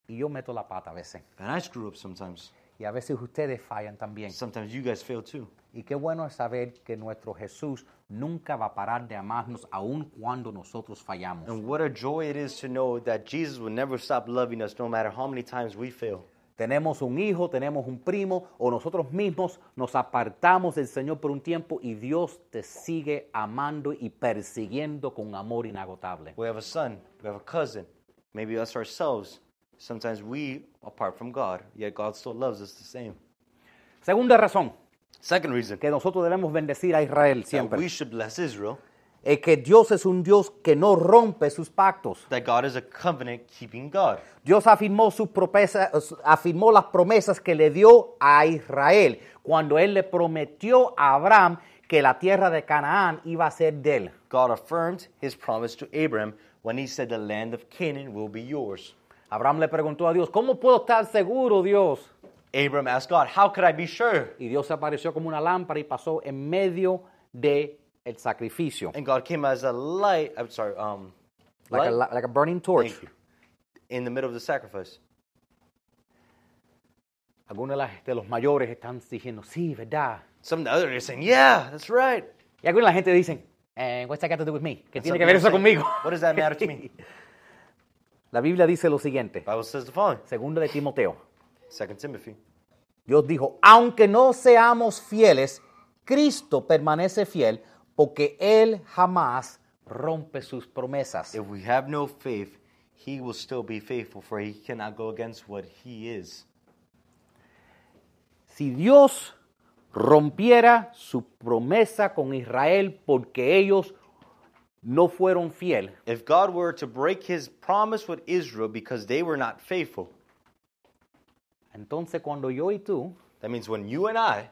S2: Y yo meto la pata a veces.
S4: And I screw up sometimes.
S2: Y a veces ustedes fallan también.
S4: And sometimes you guys fail too.
S2: Y qué bueno es saber que nuestro Jesús nunca va a parar de amarnos aun cuando nosotros fallamos.
S4: And what a joy it is to know that Jesus will never stop loving us no matter how many times we fail.
S2: Tenemos un hijo, tenemos un primo o nosotros mismos nos apartamos del Señor por un tiempo y Dios te sigue amando y persiguiendo con amor inagotable.
S4: We have a son, we have a cousin, maybe us ourselves. Sometimes we apart from God, yet God still loves us the same.
S2: Segunda razón
S4: Second reason
S2: que nosotros debemos bendecir a Israel
S4: that we
S2: siempre
S4: should bless Israel,
S2: es que Dios es un Dios que no rompe sus pactos.
S4: that God is a covenant keeping God.
S2: Dios afirmó, sus propesa- afirmó las promesas que le dio a Israel cuando él le prometió a Abraham que la tierra de Canaán iba a ser de él.
S4: God affirmed his promise to Abraham when he said, The land of Canaan will be yours.
S2: Abraham le preguntó a Dios, ¿cómo puedo estar seguro, Dios?
S4: Abraham asked God, How could I be sure?
S2: Y Dios se apareció como una lámpara y pasó en medio de el sacrificio.
S4: And God came as a light, I'm sorry, um,
S2: Like a,
S4: light
S2: like a burning torch.
S4: Thank you. in the middle of the sacrifice.
S2: Algunos de, las- de los mayores están diciendo, sí, ¿verdad?
S4: Some of the others are saying, Yeah, that's right.
S2: Y algunos de la gente dicen, eh, what's that got to do with me? ¿Qué
S4: And
S2: tiene
S4: some
S2: que ver eso
S4: people say,
S2: conmigo?
S4: What does that matter to me?
S2: La Biblia dice lo siguiente,
S4: Bible says the following
S2: segunda de Timoteo.
S4: Second Timothy.
S2: Dios dijo, aunque no seamos fieles, Cristo permanece fiel porque Él jamás rompe sus promesas.
S4: If we have no faith, he will still be faithful, for he cannot go against what he is.
S2: Si Dios rompiera su promesa con Israel porque ellos no fueron fiel,
S4: If God were to break his promise with Israel because they were not faithful,
S2: entonces cuando yo y tú
S4: that means when you and I,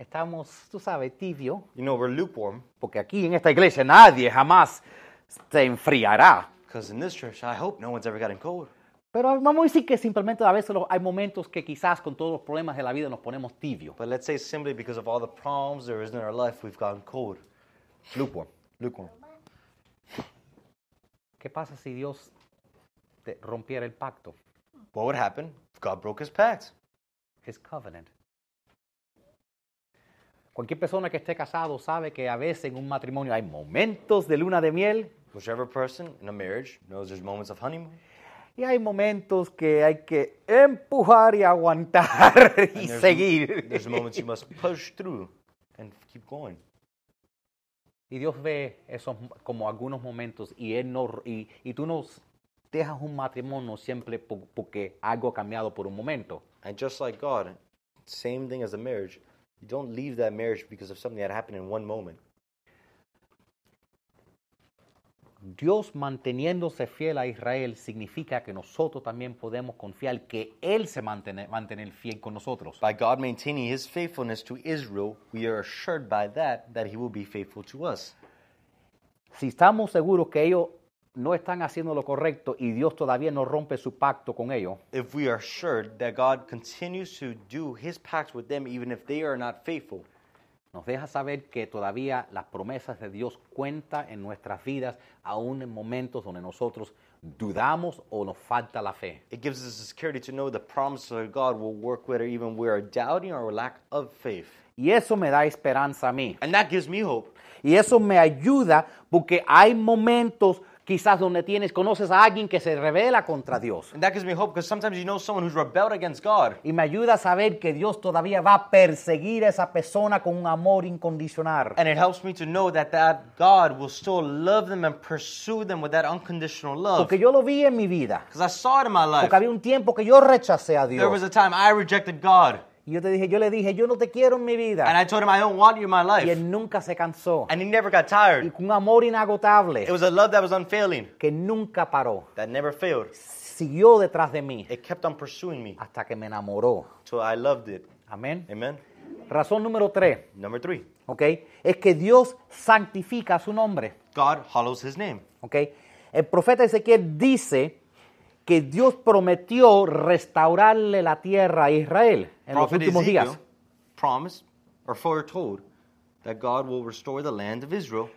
S2: estamos, tú sabes, tibio,
S4: you know, we're lukewarm,
S2: porque aquí en esta iglesia nadie jamás se enfriará.
S4: because in this church, I hope no one's ever gotten cold.
S2: Pero vamos a decir que simplemente a veces lo- hay momentos que quizás con todos los problemas de la vida nos ponemos tibio.
S4: But let's say simply because of all the problems there is in our life, we've gotten cold. Lukewarm. Lukewarm.
S2: ¿Qué pasa si Dios te rompiera el pacto?
S4: What would happen if God broke his pact?
S2: His covenant. Cualquier persona que esté casado sabe que a veces en un matrimonio hay momentos de luna de miel
S4: Whichever person in a marriage knows there's moments of honeymoon,
S2: y hay momentos que hay que empujar y aguantar y
S4: and there's- there's
S2: seguir.
S4: moments you must push through and keep going.
S2: Y Dios ve esos como algunos momentos y él no y, y tú no dejas un matrimonio siempre po- porque algo ha cambiado por un momento.
S4: And just like God, same thing as a marriage. You don't leave that marriage because of something that happened in one moment.
S2: Dios manteniéndose fiel a Israel significa que nosotros también podemos confiar que Él se mantiene mantener fiel con nosotros.
S4: By God maintaining his faithfulness to Israel, we are assured by that that he will be faithful to us.
S2: Si estamos seguros que ellos no están haciendo lo correcto y Dios todavía no rompe su pacto con ellos,
S4: If we are assured that God continues to do his pact with them even if they are not faithful,
S2: nos deja saber que todavía las promesas de Dios cuentan en nuestras vidas, aún en momentos donde nosotros dudamos o nos falta la fe.
S4: it gives us the security to know the promises of God will work whether even we are doubting or lack of faith.
S2: Y eso me da esperanza a mí.
S4: And that gives me hope.
S2: Y eso me ayuda porque hay momentos Quizás donde tienes, conoces a alguien que se revela contra Dios.
S4: And that gives me hope because sometimes you know someone who's rebelled against God.
S2: Y me ayuda a saber que Dios todavía va a perseguir a esa persona con un amor incondicional.
S4: And it helps me to know that, that God will still love them and pursue them with that unconditional love.
S2: Porque yo lo vi en mi vida.
S4: Because I saw it in my life.
S2: Porque había un tiempo que yo rechacé a
S4: There was
S2: Dios.
S4: a time I rejected God.
S2: Y yo te dije, yo le dije, yo no te quiero en mi
S4: And
S2: vida.
S4: I told him I don't want you in my
S2: Y
S4: life.
S2: él nunca se cansó.
S4: And he never got
S2: Y
S4: tired.
S2: con un amor inagotable
S4: It was a love that was unfailing,
S2: que nunca paró.
S4: that never failed.
S2: Siguió detrás de mí
S4: It kept on pursuing me
S2: hasta que me enamoró.
S4: till I loved it.
S2: Amén.
S4: Amen.
S2: Razón número tres,
S4: Number three,
S2: ¿ok? Es que Dios santifica su nombre,
S4: God hollows his name.
S2: ¿ok? El profeta Ezequiel dice que Dios prometió restaurarle la tierra a Israel en los
S4: Prophet
S2: últimos
S4: Ezekiel
S2: días.
S4: promised or foretold that God will restore the land of Israel.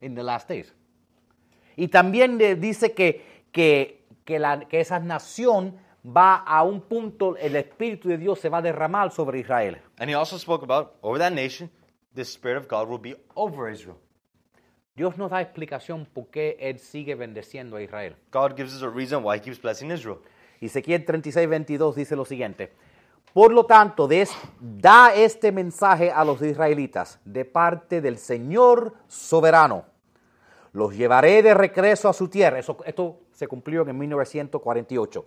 S2: In the last days. Y también le dice que, que, que, la- que esa nación va a un punto, el Espíritu de Dios se va a derramar sobre Israel.
S4: And he also spoke about over that nation, the Spirit of God will be over Israel.
S2: Dios nos da explicación por qué Él sigue bendeciendo a Israel.
S4: God gives us a reason why he keeps blessing Israel.
S2: Ezequiel 36, 22 dice lo siguiente. Por lo tanto, des- da este mensaje a los israelitas de parte del Señor soberano. Los llevaré de regreso a su tierra. Eso- esto se cumplió en 1948.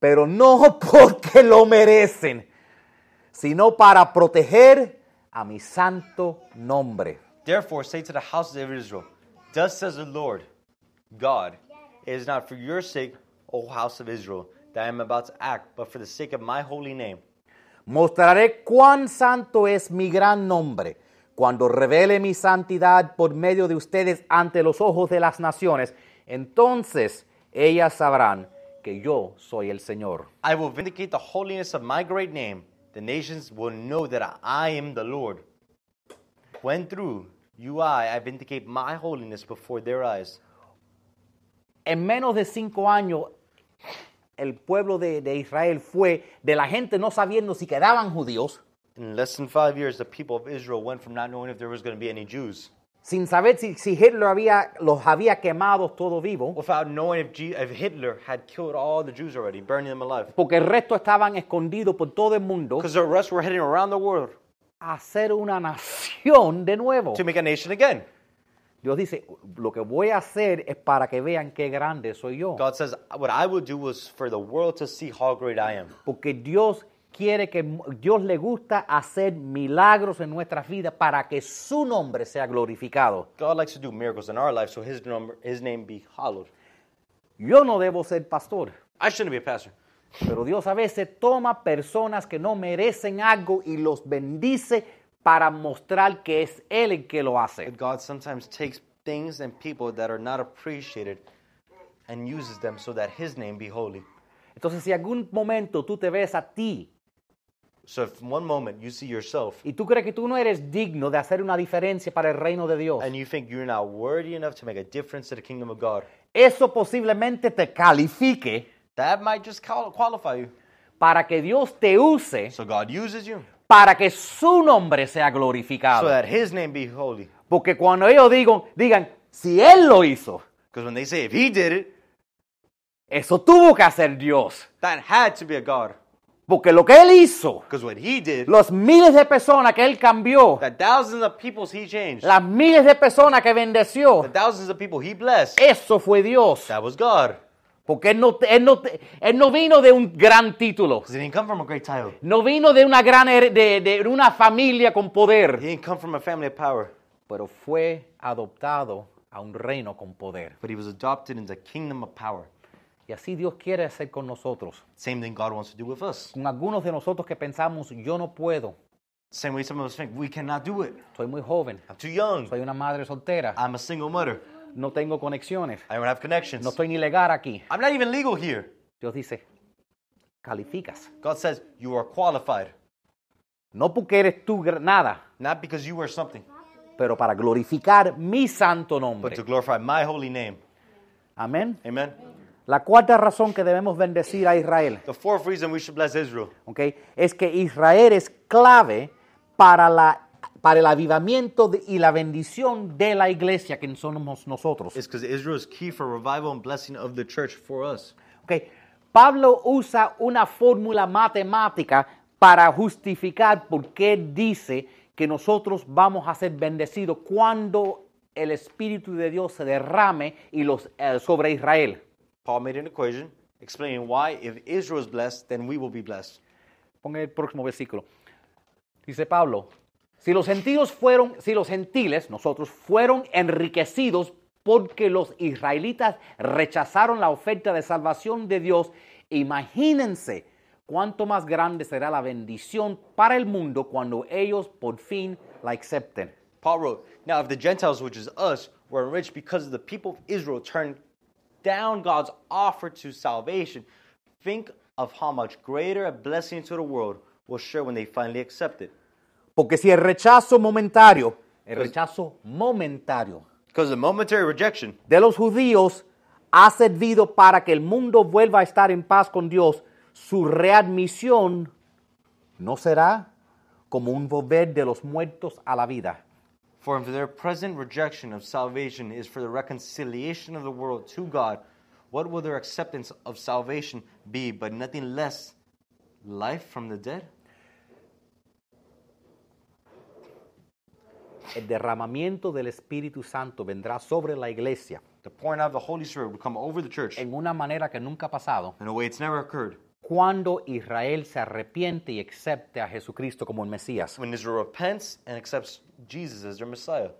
S2: Pero no porque lo merecen, sino para proteger a mi santo nombre.
S4: Therefore, say to the houses of Israel, Thus says the Lord God, it is not for your sake, O house of Israel, that I am about to act, but for the sake of my holy name.
S2: Mostraré cuán santo es mi gran nombre cuando revele mi santidad por medio de ustedes ante los ojos de las naciones. Entonces ellas sabrán que yo soy el Señor.
S4: I will vindicate the holiness of my great name. The nations will know that I am the Lord. When through you I, I vindicate my holiness before their eyes.
S2: En menos de cinco años, el pueblo de, de Israel fue de la gente no sabiendo si quedaban judíos,
S4: In less than five years, the people of Israel went from not knowing if there was going to be any Jews,
S2: sin saber si, si Hitler había, los había quemados todo vivo,
S4: without knowing if, G- if Hitler had killed all the Jews already, burning them alive.
S2: porque el resto estaban escondidos por todo el mundo,
S4: Because the rest were heading around the world
S2: a ser una nación de nuevo.
S4: to make a nation again.
S2: Dios dice, lo que voy a hacer es para que vean qué grande soy yo.
S4: God says, What I will do was for the world to see how great I am.
S2: Porque Dios quiere que, Dios le gusta hacer milagros en nuestras vidas para que su nombre sea glorificado.
S4: God likes to do miracles in our life so his, number, his name be hallowed.
S2: Yo no debo ser pastor,
S4: I shouldn't be a pastor.
S2: pero Dios a veces toma personas que no merecen algo y los bendice para mostrar que es Él el que lo hace.
S4: But God sometimes takes things and people that are not appreciated and uses them so that his name be holy.
S2: Entonces, si algún momento tú te ves a ti
S4: So if one moment you see yourself
S2: y tú crees que tú no eres digno de hacer una diferencia para el reino de Dios,
S4: and you think you're not worthy enough to make a difference to the kingdom of God,
S2: eso posiblemente te califique
S4: that might just qual- qualify you.
S2: para que Dios te use,
S4: So God uses you
S2: para que su nombre sea
S4: so
S2: glorificado.
S4: that his name be holy.
S2: Porque cuando ellos digan, digan, si Él lo hizo,
S4: Because when they say if he did it,
S2: eso tuvo que hacer Dios.
S4: that had to be a God.
S2: Porque lo que Él hizo,
S4: Because what he did,
S2: los miles de personas que Él cambió,
S4: the thousands of peoples he changed,
S2: las miles de personas que bendeció,
S4: the thousands of people he blessed,
S2: eso fue Dios.
S4: that was God.
S2: Porque Él no, él no, él no vino de un gran título.
S4: Because he didn't come from a great title.
S2: No vino de una gran her- de, de una familia con
S4: He
S2: poder,
S4: didn't come from a family of power.
S2: pero fue adoptado a un reino con poder.
S4: But he was adopted into the kingdom of power.
S2: Y así Dios quiere hacer con nosotros.
S4: Same thing God wants to do with us.
S2: Con algunos de nosotros que pensamos, yo no puedo,
S4: Same way some of us think we cannot do it.
S2: soy muy joven,
S4: I'm too young.
S2: soy una madre soltera,
S4: I'm a single mother.
S2: no tengo conexiones,
S4: I don't have connections.
S2: no estoy ni legal aquí.
S4: I'm not even legal here.
S2: Dios dice, calificas.
S4: God says you are qualified,
S2: No porque eres tú gra- nada,
S4: not because you were something,
S2: pero para glorificar mi santo
S4: but
S2: nombre.
S4: to glorify my holy name.
S2: Amén.
S4: Amen.
S2: La cuarta razón que debemos bendecir a Israel
S4: The fourth reason we should bless Israel
S2: ¿ok? es que Israel es clave para la para el avivamiento de- y la bendición de la iglesia que somos nosotros.
S4: It's because Israel is key for revival and blessing of the church for us.
S2: Ok, Pablo usa una fórmula matemática para justificar por qué dice que nosotros vamos a ser bendecidos cuando el Espíritu de Dios se derrame y los, eh, sobre Israel.
S4: Paul made an equation explaining why if Israel is blessed, then we will be blessed.
S2: Ponga el próximo versículo. Dice Pablo, si los gentiles fueron, si los gentiles, nosotros, fueron enriquecidos porque los israelitas rechazaron la oferta de salvación de Dios, imagínense cuánto más grande será la bendición para el mundo cuando ellos por fin la acepten.
S4: Paul wrote, Now if the Gentiles, which is us, were enriched because of the people of Israel turned down God's offer to salvation, think of how much greater a blessing to the world will share when they finally accept it.
S2: Porque si el rechazo momentario, el rechazo momentario
S4: Because the momentary rejection
S2: de los judíos ha servido para que el mundo vuelva a estar en paz con Dios, su readmisión no será como un volver de los muertos a la vida.
S4: For if their present rejection of salvation is for the reconciliation of the world to God, what will their acceptance of salvation be but nothing less life from the dead?
S2: El derramamiento del Espíritu Santo vendrá sobre la iglesia
S4: The pouring out of the Holy Spirit will come over the church
S2: en una manera que nunca ha pasado
S4: in a way it's never occurred.
S2: cuando Israel se arrepiente y acepte a Jesucristo como el Mesías.
S4: When Israel repents and accepts Jesus as their Messiah.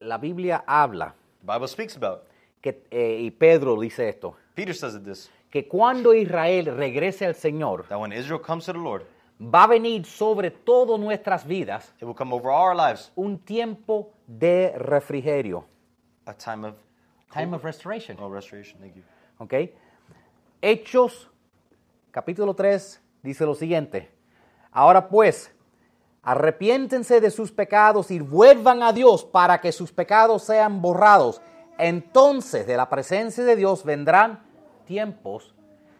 S2: La Biblia habla,
S4: The Bible speaks about.
S2: que, eh, y Pedro dice esto,
S4: Peter says it this
S2: que cuando Israel regrese al Señor,
S4: that when Israel comes to the Lord,
S2: va a venir sobre todas nuestras vidas
S4: it will come over our lives
S2: un tiempo de refrigerio.
S4: a time of
S2: Time of restoration.
S4: oh, restoration. Thank you.
S2: ¿Ok? Hechos, capítulo 3, dice lo siguiente. Ahora pues, arrepiéntense de sus pecados y vuelvan a Dios para que sus pecados sean borrados. Entonces, de la presencia de Dios vendrán tiempos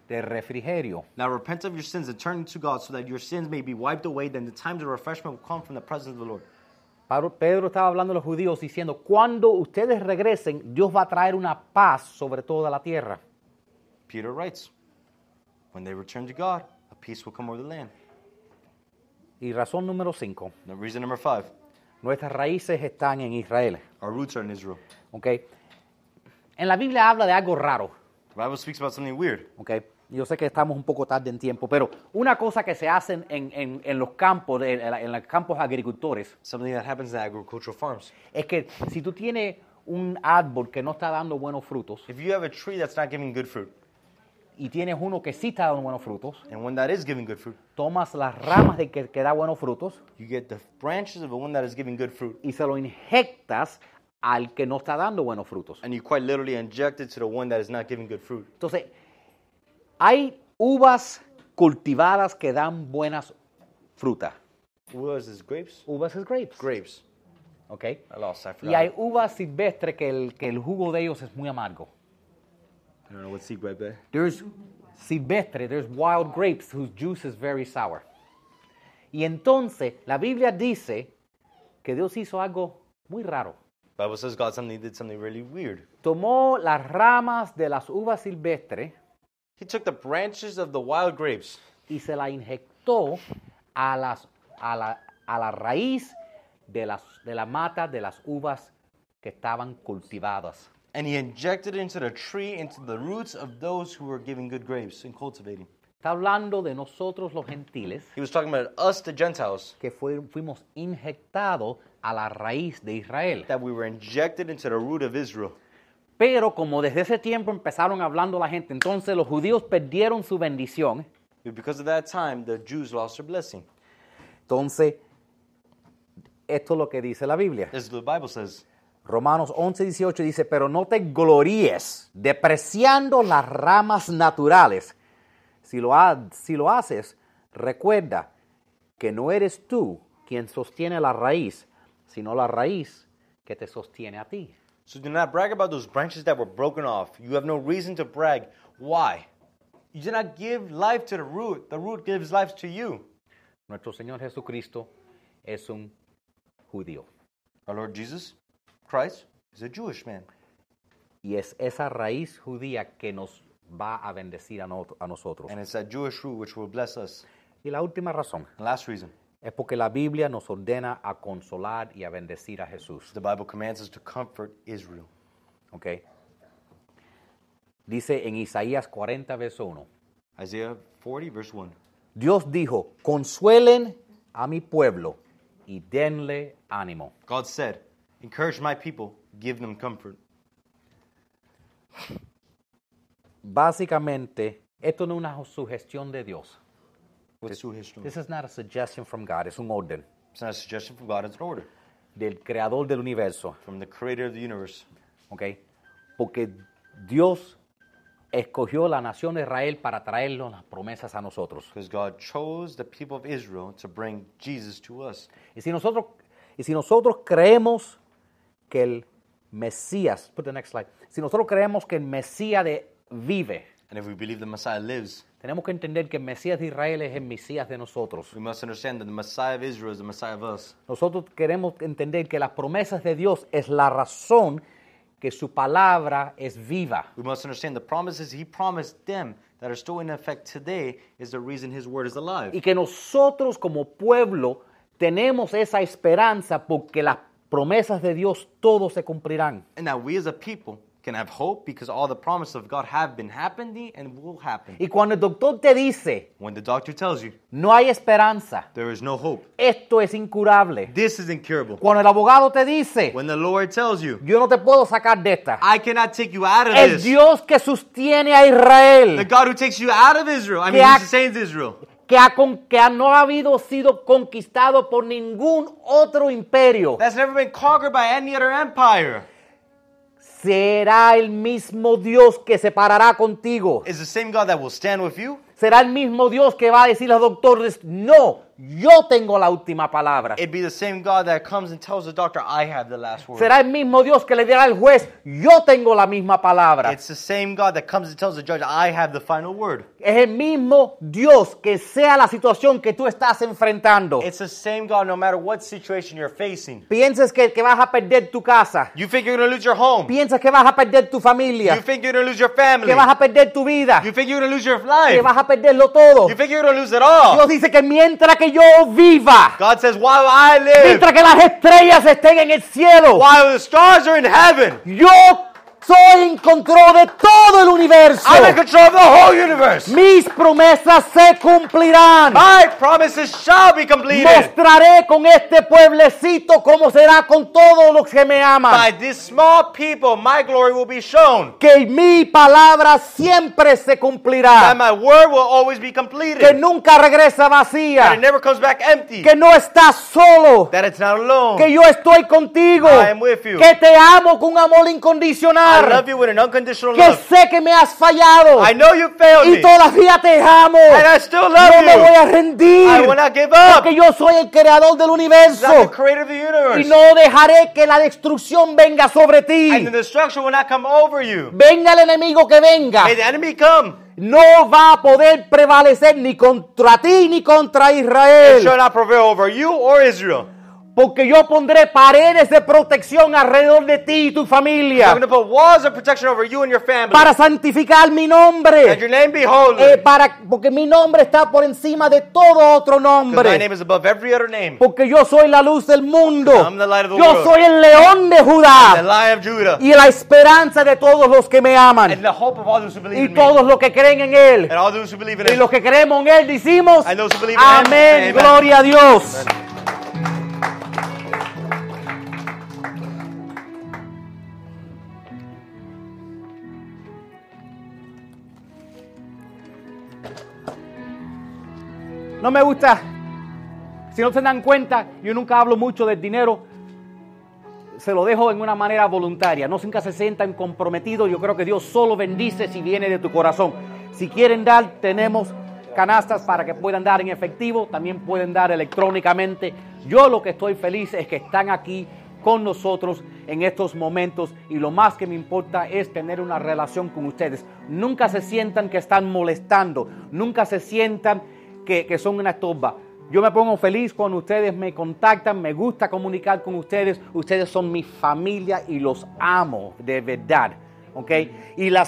S2: de refrigerio.
S4: Now repent of your sins and turn to God so that your sins may be wiped away, then the times of refreshment will come from the presence of the Lord.
S2: Pablo- Pedro estaba hablando a los judíos diciendo, cuando ustedes regresen, Dios va a traer una paz sobre toda la tierra.
S4: Peter writes, When they return to God, a peace will come over the land.
S2: Y razón número 5,
S4: Now, reason number five,
S2: nuestras raíces están en Israel.
S4: our roots are in Israel.
S2: ¿ok? En la Biblia habla de algo raro.
S4: The Bible speaks about something weird.
S2: ¿ok? Yo sé que estamos un poco tarde en tiempo, pero una cosa que se hace en, en- en los campos, de- en, la- en los campos agricultores,
S4: Something that happens in agricultural farms.
S2: es que si tú tienes un árbol que no está dando buenos frutos
S4: If you have a tree that's not giving good fruit,
S2: y tienes uno que sí está dando buenos frutos,
S4: and one that is giving good fruit,
S2: tomas las ramas de que, que da buenos frutos
S4: you get the branches of the one that is giving good fruit,
S2: y se lo inyectas al que no está dando buenos frutos.
S4: and you quite literally inject it to the one that is not giving good fruit.
S2: Entonces, hay uvas cultivadas que dan buenas frutas.
S4: What is this, grapes?
S2: Uvas es grapes.
S4: Grapes.
S2: ¿ok?
S4: I lost, I forgot.
S2: Y hay uvas silvestres que el, que el jugo de ellos es muy amargo.
S4: I don't know what seed grape that.
S2: There's silvestre, there's wild grapes whose juice is very sour. Y entonces la Biblia dice que Dios hizo algo muy raro.
S4: Bible says God something did something really weird.
S2: Tomó las ramas de las uvas silvestres
S4: He took the branches of the wild grapes
S2: y se la inyectó a, las, a, la, a la raíz de, las, de la mata de las uvas que estaban cultivadas.
S4: And he injected it into the tree, into the roots of those who were giving good grapes and cultivating.
S2: Está hablando de nosotros los gentiles
S4: He was talking about us, the Gentiles,
S2: que fue- fuimos inyectados a la raíz de Israel.
S4: that we were injected into the root of Israel.
S2: Pero como desde ese tiempo empezaron hablando la gente, entonces los judíos perdieron su bendición.
S4: But Because of that time, the Jews lost their blessing.
S2: Entonces, esto es lo que dice la Biblia.
S4: This is what the Bible says.
S2: Romanos 11, 18 dice, pero no te gloríes depreciando las ramas naturales. Si lo, ha- si lo haces, recuerda que no eres tú quien sostiene la raíz, sino la raíz que te sostiene a ti.
S4: So do not brag about those branches that were broken off. You have no reason to brag. Why? You do not give life to the root, the root gives life to you.
S2: Nuestro Señor Jesucristo es un judío.
S4: Our Lord Jesus Christ is a Jewish man.
S2: Y es esa raíz judía que nos va a bendecir a, no- a nosotros.
S4: And it's that Jewish root which will bless us.
S2: Y la última razón
S4: And last reason
S2: es porque la Biblia nos ordena a consolar y a bendecir a Jesús.
S4: the Bible commands us to comfort Israel.
S2: ¿ok? Dice en Isaías 40, verso 1.
S4: Isaiah 40, verse 1.
S2: Dios dijo, consuelen a mi pueblo y denle ánimo.
S4: God said, Encourage my people, give them comfort.
S2: Básicamente, esto no es una sugestión de Dios.
S4: What's Sue history?
S2: This is not a suggestion from God, es un orden
S4: It's not a suggestion from God, it's an order
S2: del creador del universo,
S4: from the creator of the universe.
S2: ¿ok? Porque Dios escogió la nación de Israel para traernos las promesas a nosotros.
S4: Because God chose the people of Israel to bring Jesus to us.
S2: Y si nosotros, y si nosotros creemos que el Mesías, put the next slide, si nosotros creemos que el Mesías de- vive,
S4: And if we believe the Messiah lives,
S2: tenemos que entender que el Mesías de Israel es el Mesías de nosotros.
S4: we must understand that the Messiah of Israel is the Messiah of us.
S2: Nosotros queremos entender que las promesas de Dios es la razón que su palabra es viva.
S4: We must understand the promises He promised them that are still in effect today is the reason His word is alive.
S2: Y que nosotros como pueblo tenemos esa esperanza porque las promesas de Dios todos se cumplirán.
S4: And that we as a people can have hope because all the promises of God have been happening and will happen.
S2: Y cuando el doctor te dice,
S4: When the doctor tells you
S2: no hay esperanza,
S4: there is no hope,
S2: esto es incurable.
S4: this is incurable.
S2: Cuando el abogado te dice,
S4: When the Lord tells you,
S2: yo no te puedo sacar de esta.
S4: I cannot take you out of
S2: Es
S4: this.
S2: Dios que sostiene a
S4: The
S2: Israel,
S4: God who takes you out of Israel, I mean,
S2: Que
S4: who
S2: ac-
S4: sustains Israel,
S2: que, ha con- que ha- no ha habido sido conquistado por ningún otro imperio.
S4: that's never been conquered by any other empire,
S2: Será el mismo Dios que se parará contigo.
S4: is the same God that will stand with you.
S2: Será el mismo Dios que va a decirle a los doctores, no, yo tengo la última palabra.
S4: It'd be the same God that comes and tells the doctor, I have the last word.
S2: Será el mismo Dios que le dirá al juez, yo tengo la misma palabra.
S4: It's the same God that comes and tells the judge, I have the final word.
S2: Es el mismo Dios que sea la situación que tú estás enfrentando.
S4: It's the same God no matter what situation you're facing.
S2: Piensas que, que vas a perder tu casa.
S4: You think you're going to lose your home.
S2: Piensas que vas a perder tu
S4: You
S2: familia.
S4: think you're going to lose your family.
S2: Que vas a perder tu vida.
S4: You think you're going to lose your
S2: Que
S4: life.
S2: vas a perderlo todo.
S4: You think you're going to lose it all.
S2: Dios dice que mientras que yo viva,
S4: God says, while I live,
S2: mientras que las estrellas estén en el cielo,
S4: while the stars are in heaven,
S2: yo soy en control de todo el universo.
S4: I'm in control of the whole universe.
S2: Mis promesas se cumplirán.
S4: My promises shall be completed.
S2: Mostraré con este pueblecito cómo será con todos los que me
S4: By
S2: aman.
S4: this small people, my glory will be shown.
S2: Que mi palabra siempre se
S4: That
S2: cumplirá.
S4: my word will always be
S2: Que
S4: completed.
S2: nunca regresa
S4: That it
S2: vacía.
S4: never comes back empty.
S2: Que no estás solo.
S4: That it's not alone.
S2: Que yo estoy contigo.
S4: I am with you.
S2: Que te amo con un amor
S4: I love
S2: incondicional.
S4: you with an unconditional
S2: Que
S4: love.
S2: sé que me has fallado.
S4: I know you failed
S2: Y
S4: me.
S2: todavía te amo.
S4: And I still love
S2: No me voy
S4: you.
S2: a rendir.
S4: I will not give up.
S2: Porque yo soy el creador del
S4: I'm the
S2: universo.
S4: creator of the
S2: Y
S4: universe.
S2: no dejaré que la destrucción venga sobre ti.
S4: And the destruction will not come over you.
S2: Venga el enemigo que venga.
S4: May the enemy come.
S2: No va a poder prevalecer ni contra ti ni contra
S4: It shall
S2: Israel.
S4: not prevail over you or Israel.
S2: Porque yo pondré paredes de protección alrededor de ti y tu
S4: I'm
S2: familia.
S4: going to put walls of protection over you and your family.
S2: Para santificar mi
S4: That your
S2: nombre.
S4: name be holy.
S2: Eh, para, porque mi nombre está por encima de todo otro
S4: 'Cause My name
S2: nombre.
S4: is above every other name.
S2: Porque yo soy la luz del mundo.
S4: I'm the light of the
S2: Yo
S4: world.
S2: soy el león de
S4: The
S2: Judá.
S4: Lion of Judah.
S2: Y la esperanza de todos los que me
S4: And
S2: aman.
S4: the hope of all those who believe
S2: Y
S4: in me.
S2: todos los que creen en Él.
S4: And all those who believe in
S2: Y
S4: him.
S2: los que creemos en Él decimos,
S4: And those who believe in him.
S2: amén,
S4: Amen.
S2: gloria a Dios. No me gusta, si no se dan cuenta, yo nunca hablo mucho del dinero. Se lo dejo en una manera voluntaria. No nunca se sientan comprometidos. Yo creo que Dios solo bendice si viene de tu corazón. Si quieren dar, tenemos canastas para que puedan dar en efectivo. También pueden dar electrónicamente. Yo lo que estoy feliz es que están aquí con nosotros en estos momentos y lo más que me importa es tener una relación con ustedes. Nunca se sientan que están molestando, nunca se sientan que, que son una estorba. Yo me pongo feliz cuando ustedes me contactan, me gusta comunicar con ustedes, ustedes son mi familia y los amo de verdad, ¿ok? Y las